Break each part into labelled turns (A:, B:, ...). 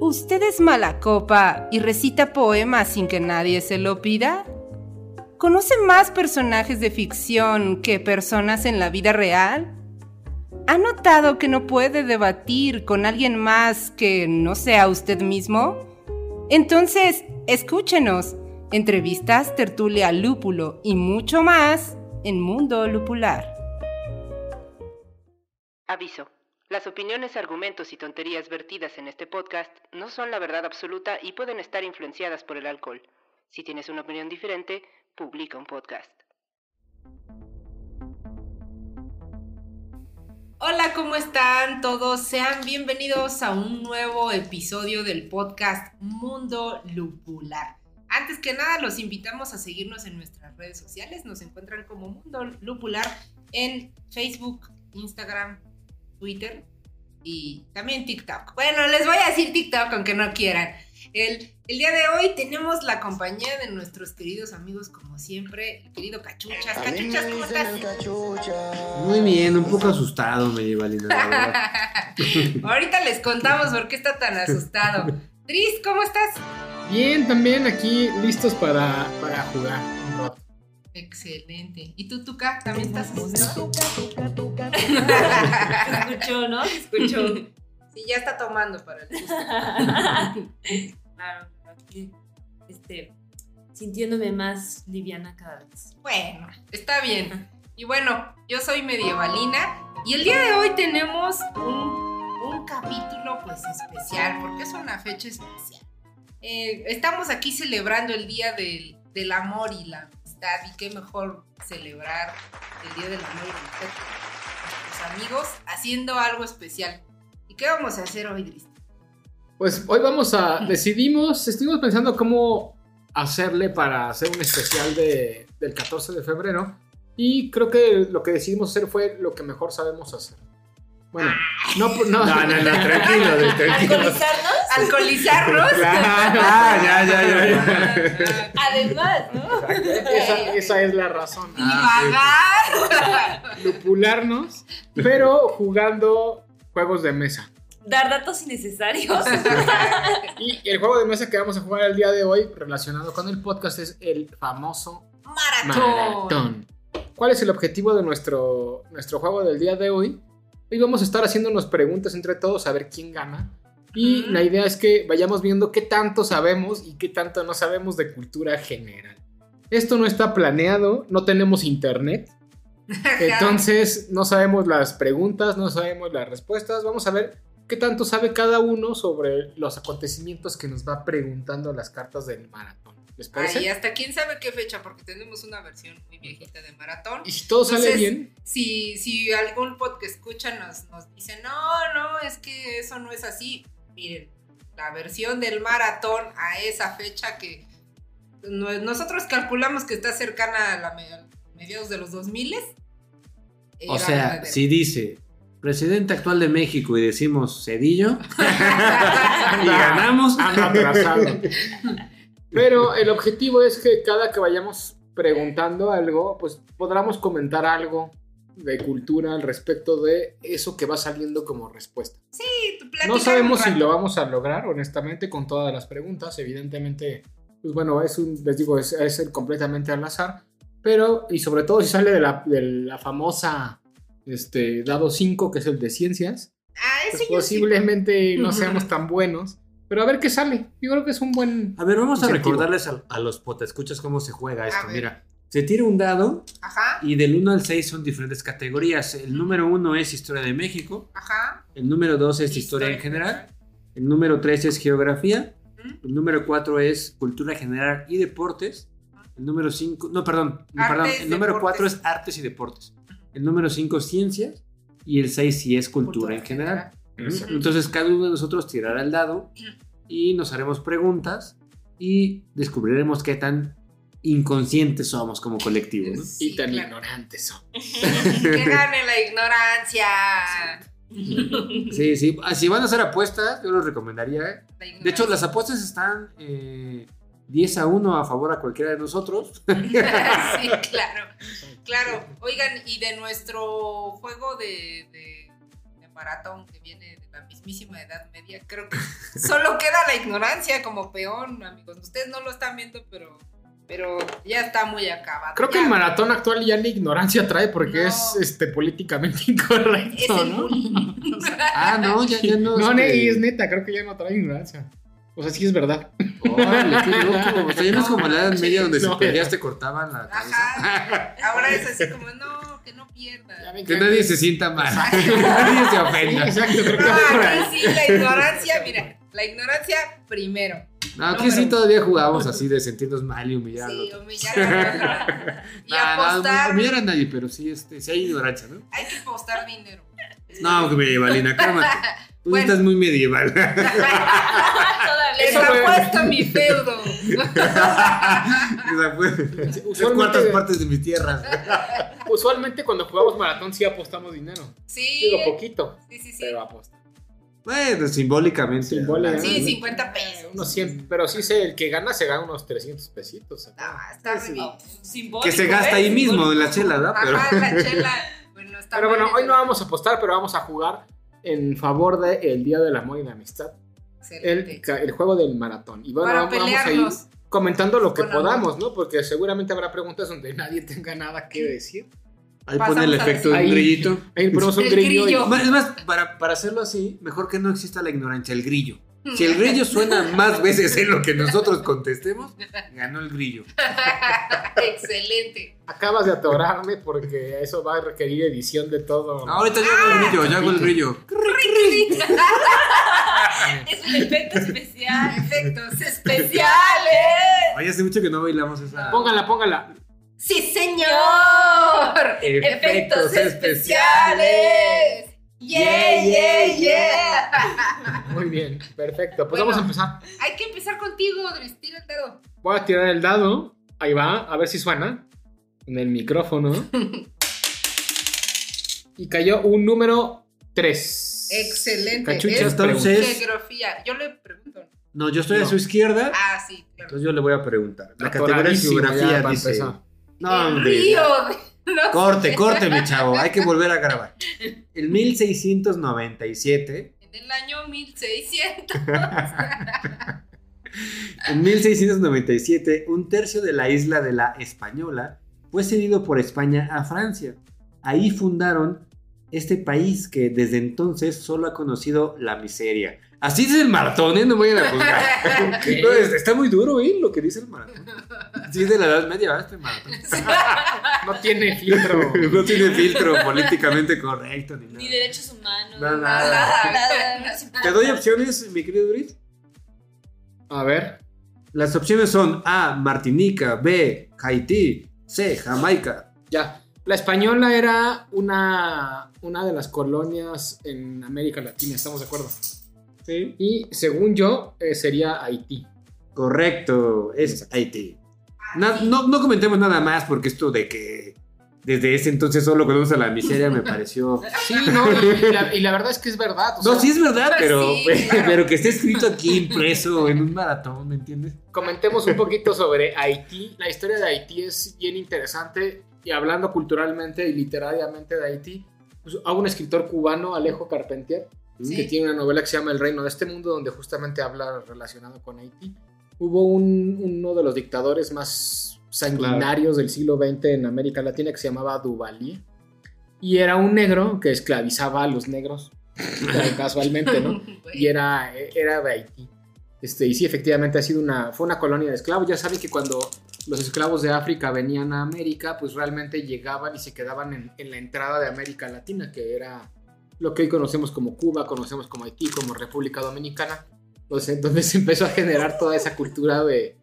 A: ¿Usted es mala copa y recita poemas sin que nadie se lo pida? ¿Conoce más personajes de ficción que personas en la vida real? ¿Ha notado que no puede debatir con alguien más que no sea usted mismo? Entonces, escúchenos. Entrevistas, tertulia, lúpulo y mucho más en Mundo Lupular.
B: Aviso. Las opiniones, argumentos y tonterías vertidas en este podcast no son la verdad absoluta y pueden estar influenciadas por el alcohol. Si tienes una opinión diferente, publica un podcast.
A: Hola, ¿cómo están todos? Sean bienvenidos a un nuevo episodio del podcast Mundo Lupular. Antes que nada, los invitamos a seguirnos en nuestras redes sociales. Nos encuentran como Mundo Lupular en Facebook, Instagram, Twitter y también TikTok. Bueno, les voy a decir TikTok aunque no quieran. El, el día de hoy tenemos la compañía de nuestros queridos amigos, como siempre, el querido Cachuchas. Cachuchas, ¿cómo estás?
C: Muy bien, un poco asustado me lleva Lina, la verdad.
A: Ahorita les contamos por qué está tan asustado. Tris, ¿cómo estás?
D: Bien, también aquí listos para, para jugar un rato.
A: Excelente. ¿Y tú, Tuca? ¿También estás asustado?
E: escuchó, ¿no?
A: Escucho. Sí, ya está tomando para el gusto.
E: claro, aquí, este, sintiéndome más liviana cada vez.
A: Bueno, está bien. Y bueno, yo soy medievalina y el día de hoy tenemos un, un capítulo pues especial porque es una fecha especial. Eh, estamos aquí celebrando el Día del, del Amor y la Amistad y qué mejor celebrar el Día del Amor y la Amistad con nuestros amigos haciendo algo especial. ¿Y qué vamos a hacer hoy, Dris?
D: Pues hoy vamos
C: Mm.
D: a. Decidimos, estuvimos pensando cómo hacerle para hacer un especial de, del 14 de febrero. Y creo que lo que decidimos hacer fue lo que mejor sabemos hacer. Bueno, no, pues, no,
C: No, no, no, tranquilo, tranquilo.
E: ¿Alcoholizarnos?
A: ¿Alcoholizarnos?
D: Claro,
C: Ah, ya, ya, ya, Ah, ya.
E: Además, ¿no?
D: Esa, esa es la razón.
C: Ah.
A: Divagar.
D: Lupularnos, pero jugando juegos de mesa.
E: Dar datos innecesarios.
D: Y el juego de mesa que vamos a jugar el día de hoy, relacionado con el podcast, es el famoso Maratón. ¿Cuál es el objetivo de nuestro, nuestro juego del día de hoy? Hoy vamos a estar haciéndonos preguntas entre todos a ver quién gana. Y
A: Ujú.
D: la idea es que vayamos viendo qué tanto sabemos y qué tanto no sabemos de cultura general. Esto no está planeado, no tenemos internet. Entonces no sabemos las preguntas, no sabemos las respuestas. Vamos a ver qué tanto sabe cada uno sobre los acontecimientos que nos va preguntando las cartas del maratón. ¿Les parece?
A: Ay, hasta quién sabe qué fecha, porque tenemos una versión muy viejita de maratón.
D: Y si todo sale
A: Entonces,
D: bien,
A: Si, si algún pod que escucha nos, nos dice, no, no, es que eso no es así, miren, la versión del maratón a esa fecha que no- nosotros calculamos que está cercana a la me- a mediados de los 2000.
C: O sea, si dice presidente actual de México y decimos Cedillo y ganamos.
D: anda atrasado. Pero el objetivo es que cada que vayamos preguntando algo, pues podamos comentar algo de cultura al respecto de eso que va saliendo como respuesta. No sabemos si lo vamos a lograr, honestamente, con todas las preguntas. Evidentemente, pues bueno, es un, les digo, es, es el completamente al azar. Pero, y sobre todo si sale de la, de la famosa este, dado 5, que es el de ciencias,
A: Ah,
D: pues
A: ese yo sí.
D: posiblemente no seamos tan buenos. Pero a ver qué sale. Yo creo que es un buen.
C: A ver, vamos a
D: Incentivo.
C: recordarles a, a los potescuchas cómo se juega esto.
A: ver.
C: Mira, se tira un dado
A: Ajá,
C: y del 1 al 6 son diferentes categorías. El número 1 es historia de México,
A: ajá.
C: el número 2 es historia en general, el número 3 es geografía,
A: Ujú.
C: el número 4 es cultura general y deportes, el número 5, no, perdón,
A: Artes,
C: perdón, el número 4
A: deportes.
C: es artes y deportes, el número 5 ciencias y el 6 sí es cultura, en general.
D: Exacto.
C: Entonces cada uno de nosotros tirará el dado y nos haremos preguntas y descubriremos qué tan inconscientes somos como colectivo. ¿no?
A: Sí,
D: y tan
A: claro.
D: ignorantes son.
A: Que gane la ignorancia.
C: Sí, sí. Ah, Si van a hacer apuestas, yo los recomendaría. ¿eh?
A: La ignorancia.
C: De hecho, las apuestas están eh, 10 a 1 a favor a cualquiera de nosotros.
A: sí, claro. Claro. Oigan, y de nuestro juego de, de- de maratón que viene de la mismísima Edad Media, creo que solo queda la ignorancia como peón, amigos. Ustedes no lo están viendo, pero, pero ya está muy acabado.
D: Creo que
A: Ya
D: el maratón actual ya ni ignorancia trae porque
A: No.
D: es este, políticamente
A: es
D: incorrecto,
A: el
D: ¿no?
A: bullying.
C: Ah, no, ya, ya no.
D: No, ne-
C: este,
D: y es neta, creo que ya no trae ignorancia. O sea, sí es verdad.
C: Órale, qué loco. O sea, ya no es como la edad
A: No,
C: media donde si
D: no.
C: perdías te cortaban la cabeza.
A: Ajá. Ahora es así como, no, que no pierda.
C: Que nadie se sienta mal.
A: Exacto.
C: Que nadie se
D: Sí,
C: ofenda.
D: exacto, creo que
A: No,
D: es por ahí.
A: aquí Ah, sí, la ignorancia, mira, la ignorancia primero.
C: No, aquí sí todavía jugábamos así de sentirnos mal y humillar al
A: Sí,
C: otro.
A: humillar a la- Y
C: Nah, nah,
A: apostar,
C: humillar a nadie, pero sí, este, sí hay ignorancia, ¿no?
A: hay que apostar dinero.
C: No, que medievalina, cálmate. Tú
A: Bueno.
C: estás muy medieval.
E: Todavía.
A: Les
D: Eso fue-
A: ha puesto mi feudo.
C: O sea, fue- tres
D: Usualmente-
C: cuartas partes de mi tierra.
D: Usualmente cuando jugamos maratón sí apostamos dinero.
A: Sí,
D: Digo, poquito,
A: sí, sí, sí.
D: pero apostamos.
C: Bueno, simbólicamente.
D: Simbólicamente.
A: Sí,
C: ¿no?
A: 50 pesos.
D: Unos 100, pero sí sé, el que gana se gana unos 300 pesitos.
A: No,
D: acá.
A: está re bien.
E: Oh, simbólico,
C: Que se gasta
E: ¿eh?
C: ahí mismo en la
E: Simbólico.
C: chela, ¿no? Pero
A: Ajá, la chela. Bueno, está
D: Pero bueno,
A: mal.
D: hoy no vamos a apostar, pero vamos a jugar en favor del Día del Amor y la Amistad. El,
A: Excelente.
D: ca- el juego del maratón. Y bueno,
A: Para
D: vamos, vamos a ir
A: pelearnos.
D: comentando lo que
A: Con amor.
D: podamos, ¿no? Porque seguramente habrá preguntas donde nadie tenga nada que decir.
C: ahí
A: Pasamos
C: pone el
A: a la
C: efecto de un
D: siguiente.
C: grillito.
D: Ahí ponemos un
A: El
D: grillo. y-
A: grillo.
C: Es más, para, para hacerlo así, mejor que no exista la ignorancia, el grillo.
A: Hmm.
C: Si el grillo suena más veces en lo que nosotros contestemos, ganó el grillo.
A: Excelente.
D: Acabas de atorarme porque eso va a requerir edición de todo.
C: Ahorita yo
A: Ah.
C: hago el grillo, yo hago el grillo.
E: Es un efecto especial.
A: Efectos especiales.
C: Ay, hace mucho que no bailamos esa.
D: Póngala, póngala.
A: Sí, señor. Efectos especiales. Yeah, yeah, yeah.
D: Muy bien, perfecto. Pues
A: Bueno.
D: vamos a empezar.
A: Hay que empezar contigo, Dres. Tira el dedo.
D: Voy a tirar el dado. Ahí va, a ver si suena. En el micrófono. Y cayó un número 3.
A: Excelente.
D: Cachuchas,
A: Es-
D: pregunta.
C: Es-
A: Geografía. Yo le pregunto.
C: No, yo estoy a
D: No.
C: su izquierda,
A: Ah, sí, claro.
C: entonces yo le voy a preguntar. La categoría es
D: Atoradísimo ya
C: geografía
D: para
C: dice.
D: empezar.
C: No,
A: El
C: hombre,
A: río. de- no
C: Corte,
A: sé.
C: corte, mi chavo. Hay que volver a grabar. El 1697.
A: En el año 1600.
C: En 1697, un tercio de la isla de la Española fue cedido por España a Francia. Ahí fundaron este país que desde entonces solo ha conocido la miseria. Así dice el maratón, ¿eh? No me vayan a juzgar. No, es- está muy duro, ¿eh? Lo que dice el maratón. Sí, es de la Edad Media, ¿verdad? Este maratón.
D: No tiene filtro.
C: No tiene filtro políticamente correcto ni nada.
E: Ni derechos humanos.
C: No, nada.
E: nada, nada, no se
C: Te doy opciones, mi querido Brit.
D: A ver.
C: Las opciones son A, Martinica, B, Haití, C, Jamaica.
D: Ya. La española era una, una de las colonias en América Latina, estamos de acuerdo.
C: Sí.
D: Y según yo, eh, sería Haití.
C: Correcto, es Haití. Na- no, no comentemos nada más porque esto de que desde ese entonces solo conocemos a la miseria me pareció...
D: Sí, no, y, y la, y la verdad es que es verdad. o
C: No,
D: sea,
C: sí es verdad,
A: Pues
C: pero,
A: sí, claro.
C: pero que esté escrito aquí impreso en un maratón, ¿me entiendes?
D: Comentemos un poquito sobre Haití. La historia de Haití es bien interesante y hablando culturalmente y literariamente de Haití, pues, a un escritor cubano, Alejo Carpentier,
A: Sí.
D: que tiene una novela que se llama El Reino de este Mundo, donde justamente habla relacionado con Haití. Hubo un- uno de los dictadores más sanguinarios del siglo XX en América Latina que se llamaba Duvalier. Y era un negro que esclavizaba a los negros, casualmente, ¿no? y era, era de Haití. Este, y sí, efectivamente ha sido una, fue una colonia de esclavos. Ya saben que cuando los esclavos de África venían a América, pues realmente llegaban y se quedaban en, en la entrada de América Latina, que era lo que hoy conocemos como Cuba, conocemos como Haití, como República Dominicana. Entonces, entonces se empezó a generar toda esa cultura de,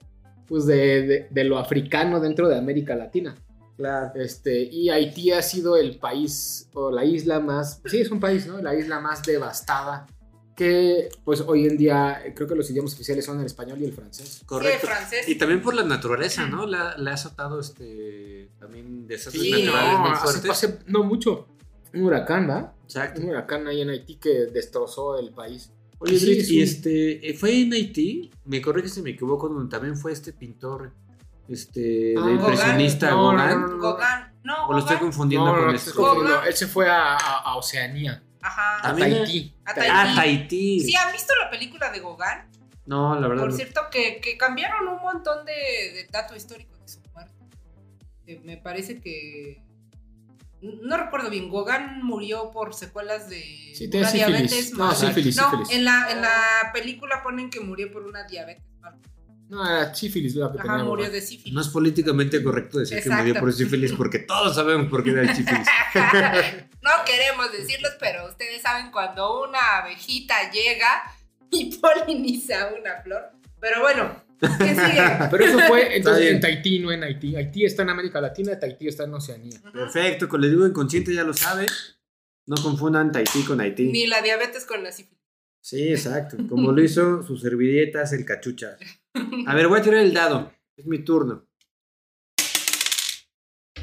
D: pues de, de- de lo africano dentro de América Latina.
C: Claro.
D: Este, y Haití ha sido el país o la isla más, sí, es un país, ¿no? La isla más devastada que pues hoy en día eh, creo que los idiomas oficiales son el español y el francés.
A: Correcto.
C: Correcto. Y también por la naturaleza, ¿no? La, la ha azotado este, también desastres
A: Sí,
C: naturales
D: no,
C: muy
D: hace-
C: fuertes.
D: hace no mucho. Un huracán, ¿va?
C: Exacto.
D: Un huracán ahí en Haití que destrozó el país.
C: Oye,
D: Sí,
C: Drit,
D: es
C: y
D: un-
C: este, eh, fue en Haití, me corrige si me equivoco, donde también fue este pintor, este,
D: Ah,
C: de impresionista
D: Gauguin. No, no,
C: Gauguin,
D: no, no,
A: Gauguin. No,
C: o lo estoy
A: Gauguin.
C: confundiendo
D: No, no,
C: con este
D: no,
C: esto.
D: estoy confundiendo. Él se fue a, a- a Oceanía.
A: Ajá.
D: A
C: También-
D: Tahití.
A: ¿eh? A Tahití.
C: Ah, Tahití.
A: ¿Sí han visto la película de Gogán?
C: No, la verdad.
A: Por
C: no.
A: cierto, que, que cambiaron un montón de, de dato histórico de su muerte. Que me parece que. No recuerdo bien, Gauguin murió por secuelas de
D: Sí, tenía
A: una
D: sífilis.
A: diabetes.
D: No,
A: mal-
D: sífilis,
A: no,
D: sífilis.
A: En, la, en la película ponen que murió por una diabetes. mal-
D: No, era sífilis la que
A: Ajá,
D: Ah, tenía.
A: murió
D: güey.
A: de sífilis.
C: No es políticamente correcto decir
A: Exacto.
C: que murió por sífilis porque todos sabemos por qué era el sífilis.
A: no queremos decirlos, pero ustedes saben cuando una abejita llega y poliniza una flor. Pero bueno, ¿qué sigue?
D: Pero eso fue entonces
C: bien.
D: en Tahití, no en Haití. Haití está en América Latina, Tahití está en Oceanía.
A: Ujú.
C: Perfecto, con les digo inconsciente ya lo sabe. No confundan Tahití con Haití.
A: Ni la diabetes con la sífilis.
C: Sí, exacto. Como lo hizo sus servilletas, el cachucha. A ver, voy a tirar el dado. Es mi turno.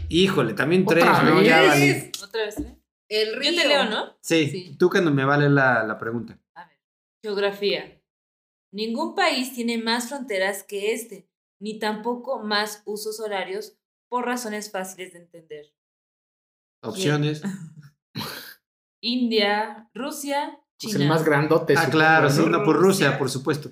C: Híjole, también
D: ¿Otra
C: tres, ¿no? Ya
D: vez?
C: vale.
A: Es
E: Otra vez, ¿eh?
A: El
E: Yo
A: río.
E: te leo, ¿no?
C: Sí,
E: Sí.
C: tú que no me vale la, la pregunta.
E: A ver. Geografía. Ningún país tiene más fronteras que este, ni tampoco más usos horarios por razones fáciles de entender.
C: Opciones.
E: India, Rusia,
D: Pues
E: China.
D: el más grandote.
C: Ah,
D: supongo,
C: claro, sí,
D: ¿no?
C: no, por Rusia,
A: Rusia.
C: por supuesto.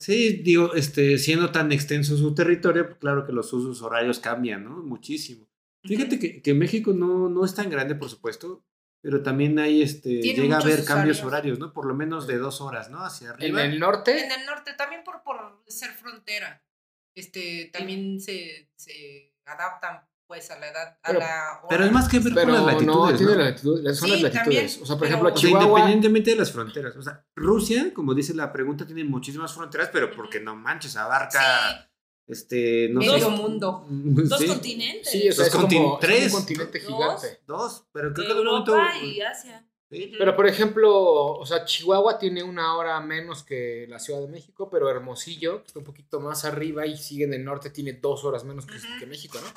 C: Sí, digo, este, siendo tan extenso su territorio, pues claro que los usos horarios cambian, ¿no? Muchísimo. Fíjate que, que México no, no es tan grande, por supuesto, pero también hay, este,
A: Tiene
C: llega a
A: muchos
C: haber cambios
A: horarios.
C: horarios, ¿no? Por lo menos de dos horas, ¿no? Hacia
D: En
C: arriba.
D: el norte,
A: En el norte, también por, por ser frontera. Este, también se, se adaptan pues a la edad, a
D: Pero-
A: la hora.
C: Pero es más que ver
D: pero
C: con las
D: no,
C: latitudes,
D: tiene
C: ¿no?
D: latitudes, las- son
A: Sí,
D: las latitudes.
A: también,
D: O sea, por
A: pero-
D: ejemplo,
C: O sea,
D: Chihuahua.
C: independientemente de las fronteras. O sea, Rusia, como dice la pregunta, tiene muchísimas fronteras, pero porque no manches, abarca,
A: Sí,
C: este, no
A: medio
C: sé.
A: mundo.
E: Dos
C: Sí,
E: continentes.
D: Sí, o sea,
C: Los
D: es como- es como
C: continentes.
D: un continente
E: Dos.
D: gigante.
C: Dos, pero creo que en algún
E: Europa
C: momento-
E: y Asia.
C: Sí.
D: Pero, por ejemplo, o sea, Chihuahua tiene una hora menos que la Ciudad de México, pero Hermosillo, que está un poquito más arriba y sigue en el norte, tiene dos horas menos que,
A: Ujú.
D: que México, ¿no?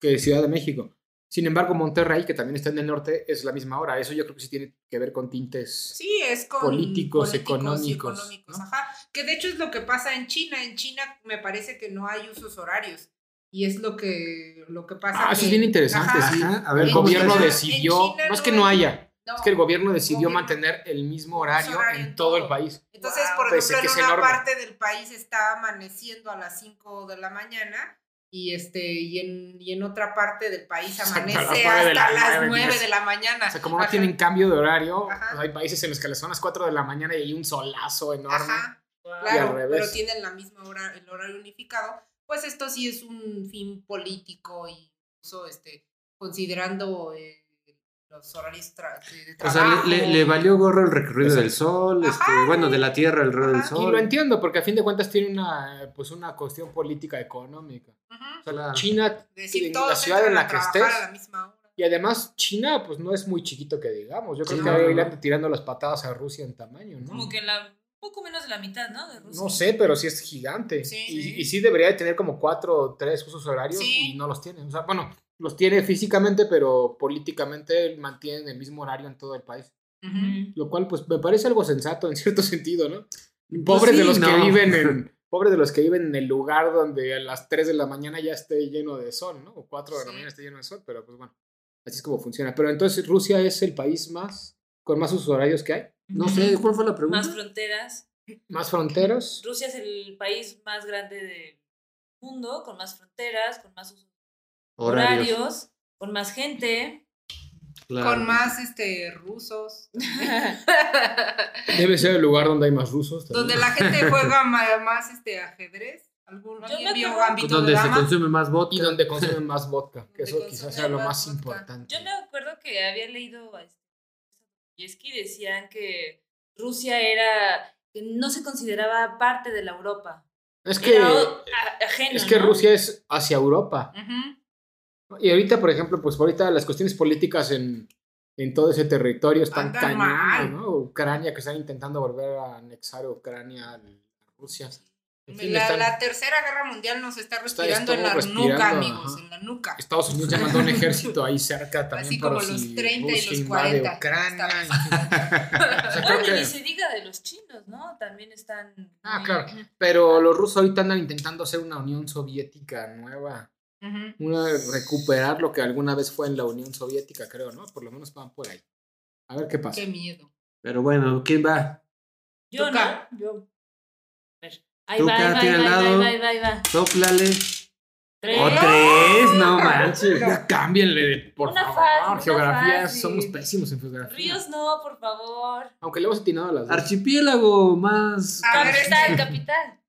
D: Que Ciudad de México. Sin embargo, Monterrey, que también está en el norte, es la misma hora. Eso yo creo que sí tiene que ver con tintes.
A: Sí, es con
D: Políticos,
A: y
D: económicos, ¿no?
A: ajá. Que de hecho es lo que pasa en China. En China me parece que no hay usos horarios. Y es lo que, lo que pasa.
D: Ah, eso
A: que-
D: es bien interesante,
A: Ajá.
D: sí.
C: Ajá, a ver,
D: El
A: En
C: ¿cómo
D: gobierno
C: está?
A: China- en
D: decidió,
A: China
D: no es
A: no
D: que no
A: hay-
D: haya,
A: No.
D: es que el gobierno decidió
A: Gobierno.
D: mantener el mismo horario
A: horario en
D: en todo el
A: todo.
D: país.
A: Entonces,
D: Wow.
A: por
D: Pese
A: ejemplo,
D: a Pues que
A: en
D: es
A: una
D: enorme.
A: parte del país está amaneciendo a las 5 de la mañana y este y en, y en otra parte del país
D: Hasta
A: amanece
D: las
A: hasta,
D: nueve de la-
A: las
D: nueve,
A: 9
D: diez.
A: de la mañana.
D: O sea, como no
A: Ajá,
D: tienen cambio de horario,
A: Ajá.
D: o sea, hay países en los que son las 4 de la mañana y hay un solazo enorme.
A: Ajá,
D: Y al
A: claro,
D: revés.
A: pero tienen la misma hora, el horario unificado. Pues esto sí es un fin político y incluso este, considerando eh, los horarios tra- de- de
C: O
A: trabajo.
C: sea, le, le- le valió gorro el recorrido
D: Exacto.
C: del sol,
A: Ajá.
C: este, bueno, de la tierra el recorrido del
A: Ajá.
D: Y
C: sol.
D: lo entiendo, porque a fin de cuentas tiene una, pues una cuestión política económica.
A: Ujú.
D: O sea,
C: Claro.
D: China,
A: Decir,
D: en
A: todos
D: la ciudad en
A: entran a
D: la que
A: trabajar
D: estés.
A: a la misma hora.
D: y además China, pues no es muy chiquito que digamos. Yo creo
C: Sí,
D: que
C: no,
D: ahí
C: no,
D: le
C: no.
D: anda tirando las patadas a Rusia en tamaño, ¿no?
E: Como que la, un poco menos de la mitad, ¿no? De Rusia.
D: No sé, pero sí es gigante.
A: Sí.
D: Y, y sí debería de tener como cuatro o tres usos horarios
A: Sí.
D: y no los tiene. O sea, bueno, los tiene físicamente, pero políticamente mantienen el mismo horario en todo el país.
A: Ujú.
D: Lo cual, pues, me parece algo sensato en cierto sentido, ¿no?
A: Pues
D: Pobres de
C: sí,
D: los que
C: no.
D: viven en. Pobres de los que viven en el lugar donde a las 3 de la mañana ya esté lleno de sol, ¿no? O 4 de la
A: Sí.
D: mañana esté lleno de sol, pero pues bueno, así es como funciona. Pero entonces Rusia es el país más con más usos horarios que hay,
C: No sé, ¿cuál fue la pregunta?
E: Más fronteras.
D: más fronteras.
E: Rusia es el país más grande del mundo, con más fronteras, con más usos horarios, con más gente.
C: claro.
A: Con más este rusos.
D: Debe ser el lugar donde hay más rusos. también.
A: donde la gente juega ma- más este ajedrez. ¿Algún,
E: Yo
A: ¿Alguien
E: me
A: vio
E: acuerdo-
A: Gambito
C: Donde
A: de
C: se
A: Dama?
C: consume más vodka.
D: Y donde consumen más vodka,
A: Donde
D: que eso quizás
A: consumen
D: sea lo
A: más
D: más
A: vodka.
D: importante.
E: Yo me acuerdo que había leído a este- y es que decían que Rusia era que no se consideraba parte de la Europa.
D: Es que,
E: Era o- a- ajeno,
D: es que
E: ¿no?
D: Rusia es hacia Europa.
A: Ujú.
D: Y ahorita, por ejemplo, pues ahorita las cuestiones políticas en, en todo ese territorio están
A: Andan
D: cañonas,
A: mal.
D: ¿no? Ucrania, que están intentando volver a anexar a Ucrania a Rusia. En fin,
A: la,
D: están-
A: la tercera guerra mundial nos está respirando en la
D: estamos
A: nuca,
D: respirando,
A: amigos,
D: ajá.
A: en la nuca.
D: Estados Unidos ya mandó un ejército ahí cerca también
A: Así
D: para
A: como los
D: si
A: 30 y
D: Rusia
A: los
D: invade
A: 40.
D: Ucrania. O sea, creo
E: Bueno, y
D: que-
E: ni se diga de los chinos, ¿no? También están.
D: Ah,
E: muy-
D: claro. Pero los rusos ahorita andan intentando hacer una Unión Soviética nueva.
A: Ujú.
D: Una, recuperar lo que alguna vez fue en la Unión Soviética, creo, ¿no? Por lo menos van por ahí. A ver qué pasa.
A: Qué miedo.
F: Pero bueno, ¿quién va?
E: Yo
A: Toca.
E: no. Yo. A ver. Ahí
F: Tú,
E: va, ahí va,
F: Katy,
E: ahí
F: al
E: va, ahí
F: lado.
E: va, ahí va, ahí va.
F: Sóplale.
E: Tres.
F: ¡O tres!
A: Ah,
F: No manches.
D: Ya cámbienle, por
E: Una
D: favor.
E: fácil, una
D: geografía,
E: fácil.
D: somos pésimos en geografía.
E: Ríos no, por favor.
D: Aunque le hemos atinado a las dos.
F: Archipiélago más.
A: A ver, este.
E: Capital, capital.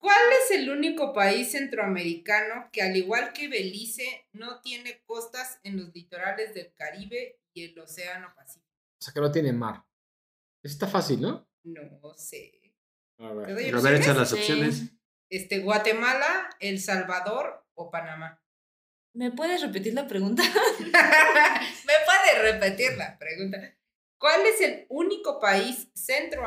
A: ¿Cuál es el único país centroamericano que, al igual que Belice, no tiene costas en los litorales del Caribe y el Océano Pacífico?
D: O sea, que no tiene mar. Eso está fácil, ¿no?
A: No sé.
D: A
A: ¿Te
D: ver.
A: doy
F: Pero a ver,
A: opciones?
F: echa las
E: Sí. Pues,
F: opciones.
A: Este, Guatemala, El Salvador o Panamá.
E: ¿Me puedes repetir la pregunta?
A: ¿Me puede repetir la pregunta? ¿Cuál es el único país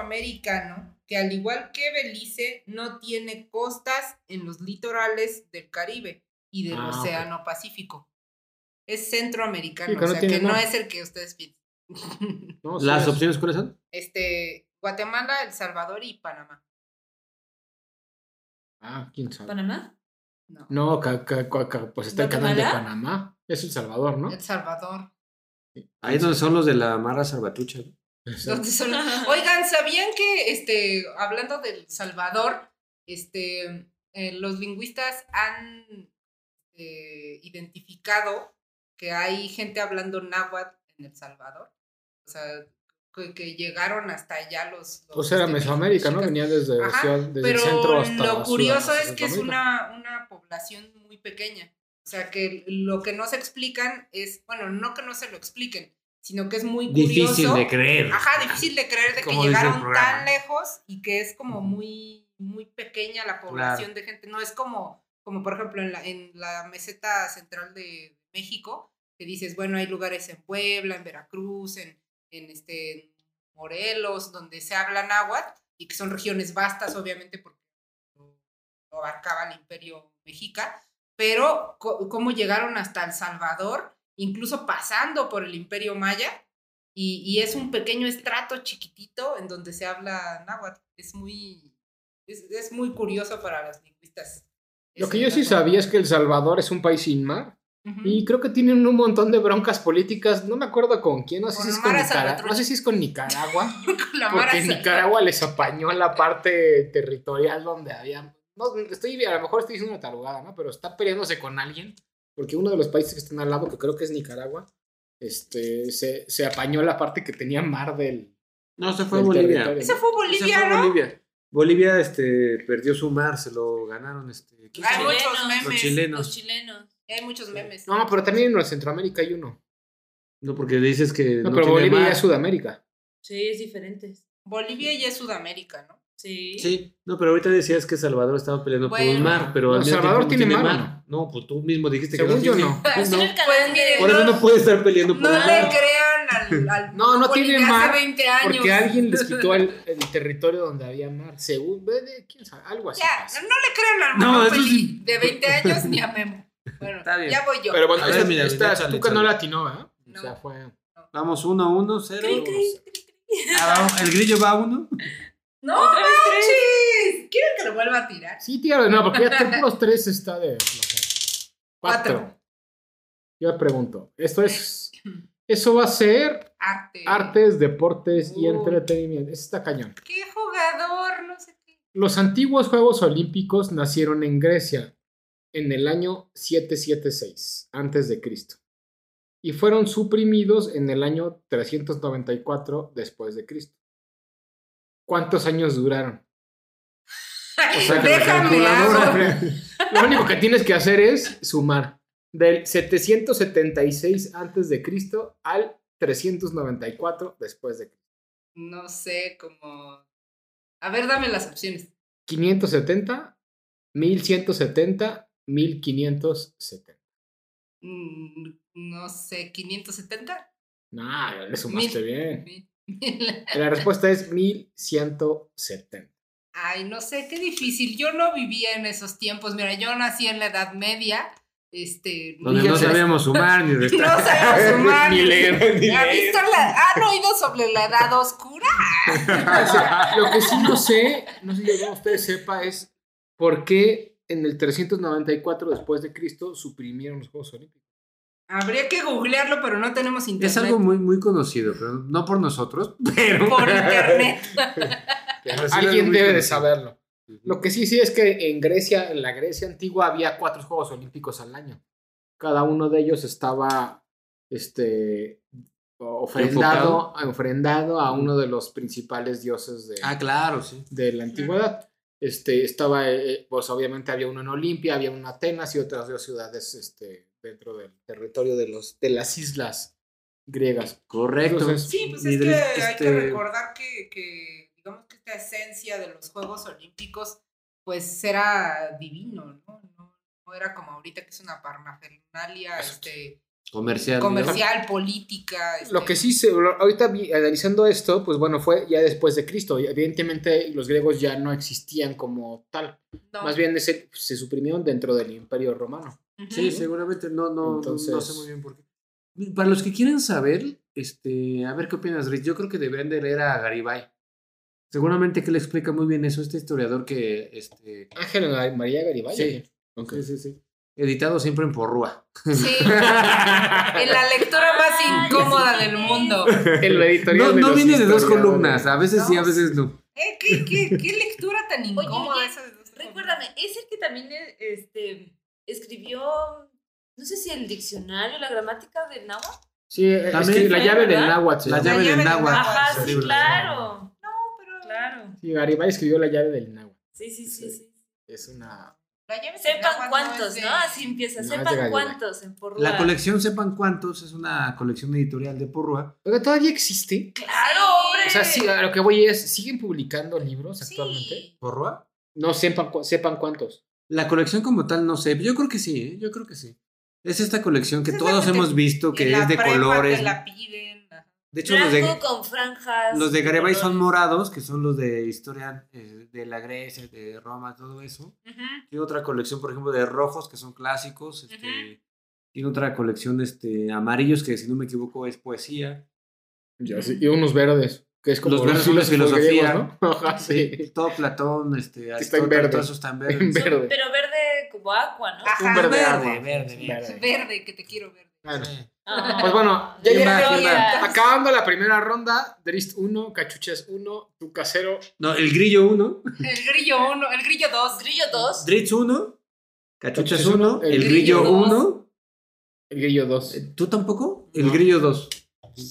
A: centroamericano que, al igual que Belice, no tiene costas en los litorales del Caribe y del
D: Ah, ok.
A: Océano Pacífico? Es centroamericano,
D: Sí, que
A: o
D: no
A: sea
D: tiene
A: que no
D: mar.
A: es el que ustedes piensan.
D: No, sí
F: ¿Las
D: es.
F: opciones cuáles son?
A: este, Guatemala, El Salvador y Panamá.
D: Ah, quién sabe.
E: ¿Panamá?
A: No,
D: No, ca- ca- ca- ca- pues está el canal de
E: ¿Guatemala?
D: Panamá. Es El Salvador, ¿no?
A: El Salvador.
F: Ahí es donde son los de la Marra Salvatucha. ¿no?
A: ¿Dónde son? Oigan, ¿sabían que este, hablando del Salvador, este, eh, los lingüistas han eh, identificado que hay gente hablando náhuatl en El Salvador? O sea, que, que llegaron hasta allá los. los,
D: Pues era
A: este,
D: Mesoamérica, ¿no?
A: mexicas.
D: Venía desde,
A: Ajá,
D: ciudad- desde
A: Pero
D: el centro hasta
A: lo
D: Sudam-
A: curioso
D: hasta
A: es que es
D: Sudamérica.
A: una, una población muy pequeña. O sea, que lo que no se explican es, bueno, no que no se lo expliquen, sino que es muy curioso.
F: Difícil de creer.
A: Ajá, difícil de creer de que
F: Como dice el
A: llegaron
F: programa.
A: tan lejos y que es como muy, muy pequeña la población de gente. No es como, como por ejemplo, en la, en la meseta central de México, que dices, bueno, hay lugares en Puebla, en Veracruz, en, en este, en Morelos, donde se habla náhuatl y que son regiones vastas, obviamente, porque lo lo abarcaba el imperio mexica, pero co- cómo llegaron hasta El Salvador, incluso pasando por el imperio maya, y, y es un pequeño estrato chiquitito en donde se habla náhuatl. Es muy, es, es muy curioso para los lingüistas.
D: Lo
A: Es
D: que yo
A: un
D: sí
A: dato.
D: sabía es que El Salvador es un país sin mar.
A: Ujú.
D: Y creo que tienen un montón de broncas políticas, no me acuerdo con quién, no sé,
A: Con
D: si es con,
A: Omar
D: Nicaragua,
A: Salvatrucha.
D: no sé si es con Nicaragua,
A: La Mara
D: porque
A: Sa-
D: Nicaragua les apañó la parte territorial donde habían... No, estoy, a lo mejor estoy diciendo una tarugada, ¿no? Pero está peleándose con alguien, porque uno de los países que están al lado, que creo que es Nicaragua, este, se, se apañó la parte que tenía mar del...
F: No, se fue a
D: del
F: Bolivia.
D: territorio,
A: Ese
D: ¿no?
A: fue
F: Ese
A: Bolivia,
F: fue
A: ¿no?
F: Bolivia. Bolivia este, perdió su mar, se lo ganaron. Este, ¿quién
A: Hay
F: se
E: Los
A: muchos
F: lo-
E: chilenos,
A: memes.
F: los chilenos.
E: Los chilenos.
A: Hay muchos memes.
D: No, pero también en Centroamérica hay uno.
F: No, porque dices que
D: No,
F: no,
D: pero
F: tiene
D: Bolivia
F: mar.
D: ya es Sudamérica.
E: Sí, es diferente.
A: Bolivia ya es Sudamérica, ¿no?
E: Sí.
F: Sí, no, pero ahorita decías que Salvador estaba peleando por
A: Bueno.
F: un mar, pero al
D: No,
F: mismo
D: Salvador
F: tiempo
D: tiene
F: no
D: mar,
F: No, pues tú mismo dijiste
D: Según
F: que
D: yo
F: tiene.
D: no.
E: Pues
F: No.
E: tiene el canal
A: Pues
E: de-
A: miren,
F: Por eso no puede estar peleando por
A: No
F: un
A: le
F: mar.
A: crean al. al
D: No, no tiene
A: Bolivia hace
D: mar,
A: 20 años.
D: Porque alguien les quitó el, el territorio donde había mar, según, ve de- quién sabe, algo así.
A: Ya,
D: pasa.
A: no le crean al
F: No, eso
A: Monopoly
F: sí.
A: de 20 años ni a Memo. Bueno,
F: Está bien.
A: ya voy yo.
D: Pero bueno,
F: A ver,
D: esta,
F: mira,
D: esta
F: échale,
D: Tuca no
F: échale.
D: latinó, ¿verdad?
A: No.
D: O sea, fue...
F: Vamos, 1 a 1, 0.
E: Cri, cri,
F: El grillo va a 1.
A: ¡No
E: Otra vez tres.
A: manches! ¿Quieren que lo vuelva a tirar?
D: Sí, tía, no, porque ya te- los tres está de... no sé, cuatro.
A: Cuatro.
D: Yo pregunto, esto es... Eso va a ser
A: Arte.
D: artes, deportes y
A: Uh.
D: entretenimiento. Eso está cañón.
A: ¡Qué jugador! No sé qué.
D: Los antiguos Juegos Olímpicos nacieron en Grecia en el año 776 antes de Cristo y fueron suprimidos en el año 394 después de Cristo. ¿Cuántos años duraron?
F: que la
A: Déjame
F: calculadora.
A: hago.
D: Lo único que tienes que hacer es sumar del 776 antes de Cristo al 394 después de Cristo.
A: No sé, como. A ver, dame las opciones.
D: 570, 1170, 1570.
A: Mm, No sé, ¿570?
D: Nah, ya le sumaste bien.
A: Mil.
D: La respuesta es 1170.
A: Ay, no sé, qué difícil. Yo no vivía en esos tiempos. Mira, yo nací en la Edad Media. Este.
F: Donde no
D: Fíjense.
F: sabíamos sumar ni restar.
A: No sabemos sumar.
D: Ni leer, ni
A: ¿Han,
D: leer.
A: visto la- ¿Han oído sobre la edad oscura?
D: Lo que sí no sé, no sé si alguno de ustedes sepa, es por qué en el 394 después de Cristo suprimieron los Juegos Olímpicos.
A: Habría que googlearlo, pero no tenemos internet.
C: Es algo muy, muy conocido, pero no por nosotros, pero...
A: por internet.
C: pero Pues sí algo
D: Alguien
C: muy
D: debe de
C: conocido.
D: saberlo. Lo que sí sí es que en Grecia, en la Grecia antigua, había cuatro Juegos Olímpicos al año. Cada uno de ellos estaba este, ofrendado, ofrendado a uno de los principales dioses de,
C: Ah, claro, sí.
D: de la antigüedad. Este, estaba, eh, pues obviamente había uno en Olimpia, había uno en Atenas y otras dos ciudades este, dentro del territorio de, los, de las islas griegas.
C: Correcto.
D: Entonces,
A: Sí, pues
C: Midri-
A: es que hay que
C: este-
A: recordar que, que, digamos que esta esencia de los Juegos Olímpicos, pues era divino, ¿no? No, no era como ahorita que es una parnafernalia este,
C: Comercial. ¿no?
A: comercial, política.
D: Lo
A: este,
D: que sí se. lo- Ahorita vi- analizando esto, pues bueno, fue ya después de Cristo. Y Evidentemente, los griegos ya no existían como tal.
A: no.
D: Más bien ese- se suprimieron dentro del Imperio Romano.
A: Ujú.
C: Sí, seguramente. No, no, no- no sé
D: Entonces-
C: muy bien por qué. Mm, Para los que quieren saber, este, a ver qué opinas, Rich. Yo creo que deberían de leer a Garibay. Seguramente que le explica muy bien eso este historiador que, este,
D: Ángel Gar- María Garibay.
C: Sí.
D: Ok.
C: sí, sí, sí. editado siempre en Porrúa.
A: Sí. En la lectura más
E: Ay,
A: incómoda
E: sí.
A: del mundo.
D: El editorial
C: No,
D: de
C: no
D: los
C: viene de dos
D: historiadores.
C: columnas, a veces sí, a veces no.
A: Eh, ¿qué, qué, qué lectura tan incómoda
E: oye,
A: esa de dos
E: Recuérdame, es el que también eh, este, escribió, no sé si el diccionario, la gramática del náhuatl.
D: Sí, eh, es
C: También-
D: que la llave del
E: ¿Verdad?
D: náhuatl. se
C: La
D: llama.
C: llave del
A: llave del
C: náhuatl.
A: náhuatl.
E: Ajá,
C: ese
E: sí,
C: libro.
E: claro.
A: Pero
E: Claro.
D: Sí, Garibay escribió la llave del náhuatl.
E: Sí, sí, sí, sí.
D: Es una.
A: la llave del agua no
E: Sepan
A: Este, es
E: cuántos,
A: de-
E: ¿no? Así empieza.
D: No, es de
E: Sepan
D: Garibay.
E: cuántos en Porrúa.
C: La colección Sepan Cuántos es una colección editorial de Porrúa.
D: Oiga, ¿todavía existe?
E: Claro, hombre.
D: O sea, sí, a lo que voy es, ¿siguen publicando libros actualmente?
A: Sí.
C: ¿Porrúa?
D: No sepan, cu- sepan cuántos.
C: La colección como tal, no sé. Yo creo que sí, ¿eh? yo creo que sí. Es esta colección que
A: Es la
C: todos
A: que te-
C: hemos visto, que
A: En la
C: es de
A: prepa te
C: colores.
A: la piden. ajá.
C: De hecho, los
E: Blanco
C: de,
E: con franjas.
C: los de Garibay son
E: colores.
C: morados, que son los de historia eh, de la Grecia, de Roma, todo eso.
A: Ujú.
C: Tiene otra colección, por ejemplo, de rojos, que son clásicos. Este, Tiene otra colección este, amarillos, que si no me equivoco es poesía.
D: Ya sé, Y unos verdes, que es como
C: Los verdes son
D: los
C: de filosofía.
D: griegos, ¿no? Ajá, sí.
C: Todo Platón, este,
D: Está en
C: Aristóteles,
D: verde.
C: todo eso está en verde.
D: En
E: Son-
D: verde.
E: Pero verde como agua, ¿no?
A: Ajá.
D: Un verde,
C: Verde,
D: agua.
C: verde,
D: Un
C: verde.
A: Verde, que te quiero verde.
D: Bueno,
C: Sí.
E: Ah.
D: Pues bueno, ya
C: ¿Quién
D: llega-
C: va? ¿Quién va?
D: acabando la primera ronda, Drist 1, Cachuches 1, Tuca 0.
C: No, el grillo 1,
A: El grillo 1, el grillo 2.
E: Grillo 2.
C: Dritz 1, Cachuchas
D: Cachuchas uno,
C: 1, el
D: el
C: grillo
E: grillo dos.
C: 1.
D: El Grillo 2.
C: Eh, ¿Tú tampoco? El
D: No.
C: grillo 2.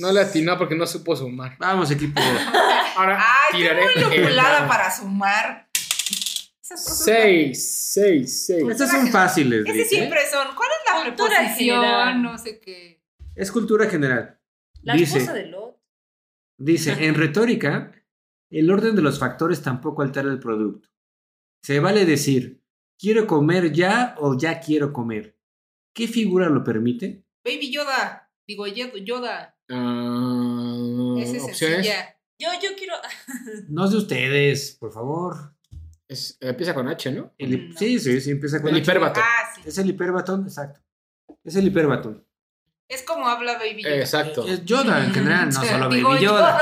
D: No le atinó porque no supo sumar.
C: Vamos, equipo.
D: Ahora
C: Ah,
A: Ay, estoy
D: tiraré.
A: muy lupulada para sumar. Esas cosas.
D: 6, 6, 6.
C: Estas son fáciles,
A: Esas
C: Dritz, ¿eh?
A: siempre son. ¿Cuál es la
E: Cultura
A: preposición?
E: general.
A: No sé qué.
C: Es cultura general.
E: La
C: Dice,
E: esposa de Lot.
C: dice, en retórica, el orden de los factores tampoco altera el producto. Se vale decir, quiero comer ya o ya quiero comer. ¿Qué figura lo permite?
A: Baby Yoda. Digo, Ye- Yoda.
C: Mm,
A: Ese es
D: Ah, opciones.
A: sencilla.
E: Yo, yo quiero. ah,
C: No sé ustedes, por favor.
D: Es- empieza con H, ¿no?
C: El
E: Mm,
C: hi-
A: No.
C: Sí, sí, sí, empieza con
D: El
C: H.
D: hiperbatón.
A: Ah, sí.
C: Es el hiperbatón, exacto. Es el hiperbatón.
A: Es como habla Baby Yoda.
D: Exacto.
C: Es Yoda en general, no solo Baby
A: Digo,
C: Yoda.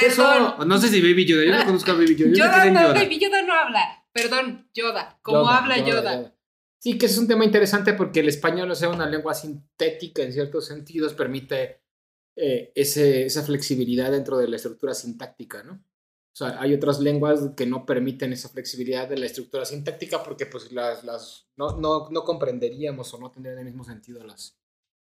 A: Perdón.
C: O No sé si Baby Yoda, yo no conozco a Baby Yoda. Yo me
A: Yoda
C: quedé en
A: no,
C: Yoda.
A: Baby Yoda no habla. Perdón, Yoda. Como habla Yoda.
D: Sí, que ese es un tema interesante porque el español, o sea, una lengua sintética en ciertos sentidos, permite eh, ese- esa flexibilidad dentro de la estructura sintáctica, ¿no? O sea, hay otras lenguas que no permiten esa flexibilidad de la estructura sintáctica porque pues las, las no, no, no comprenderíamos o no tendrían el mismo sentido las,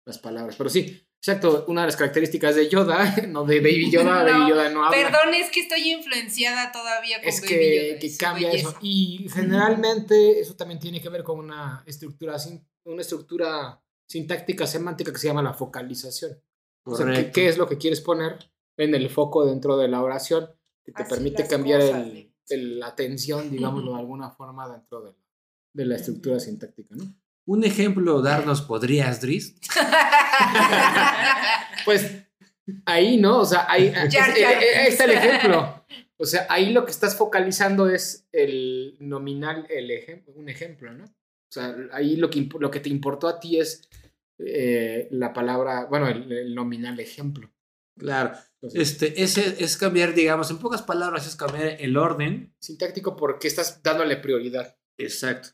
D: las palabras. Pero sí, exacto, una de las características de Yoda, no de Baby Yoda,
A: No,
D: Baby Yoda no habla
A: Perdón, es que estoy influenciada todavía con
D: es
A: Baby
D: que,
A: Yoda.
D: que
A: y su
D: cambia eso.
A: belleza.
D: Y generalmente eso también tiene que ver con una estructura, sin- una estructura sintáctica semántica que se llama la focalización. O sea, ¿qué,
C: Correcto.
D: qué es lo que quieres poner en el foco dentro de la oración que te
A: Así
D: permite
A: las
D: cambiar
A: cosas,
D: el-
A: ¿eh?
D: el- la atención, digámoslo de alguna forma, dentro de, de la estructura sintáctica? ¿no?
C: Un ejemplo darnos podrías, Dris.
D: Pues ahí, ¿no? O sea, ahí, es-
A: Jar Jar.
D: eh, eh, ahí está el ejemplo. O sea, ahí lo que estás focalizando es el nominal, el ejemplo, un ejemplo, ¿no? O sea, ahí lo que, imp- lo que te importó a ti es eh, la palabra, bueno, el, el nominal ejemplo.
C: Claro.
D: Entonces,
C: Este, ese es cambiar, digamos, en pocas palabras es cambiar el orden.
D: sintáctico porque estás dándole prioridad.
C: Exacto.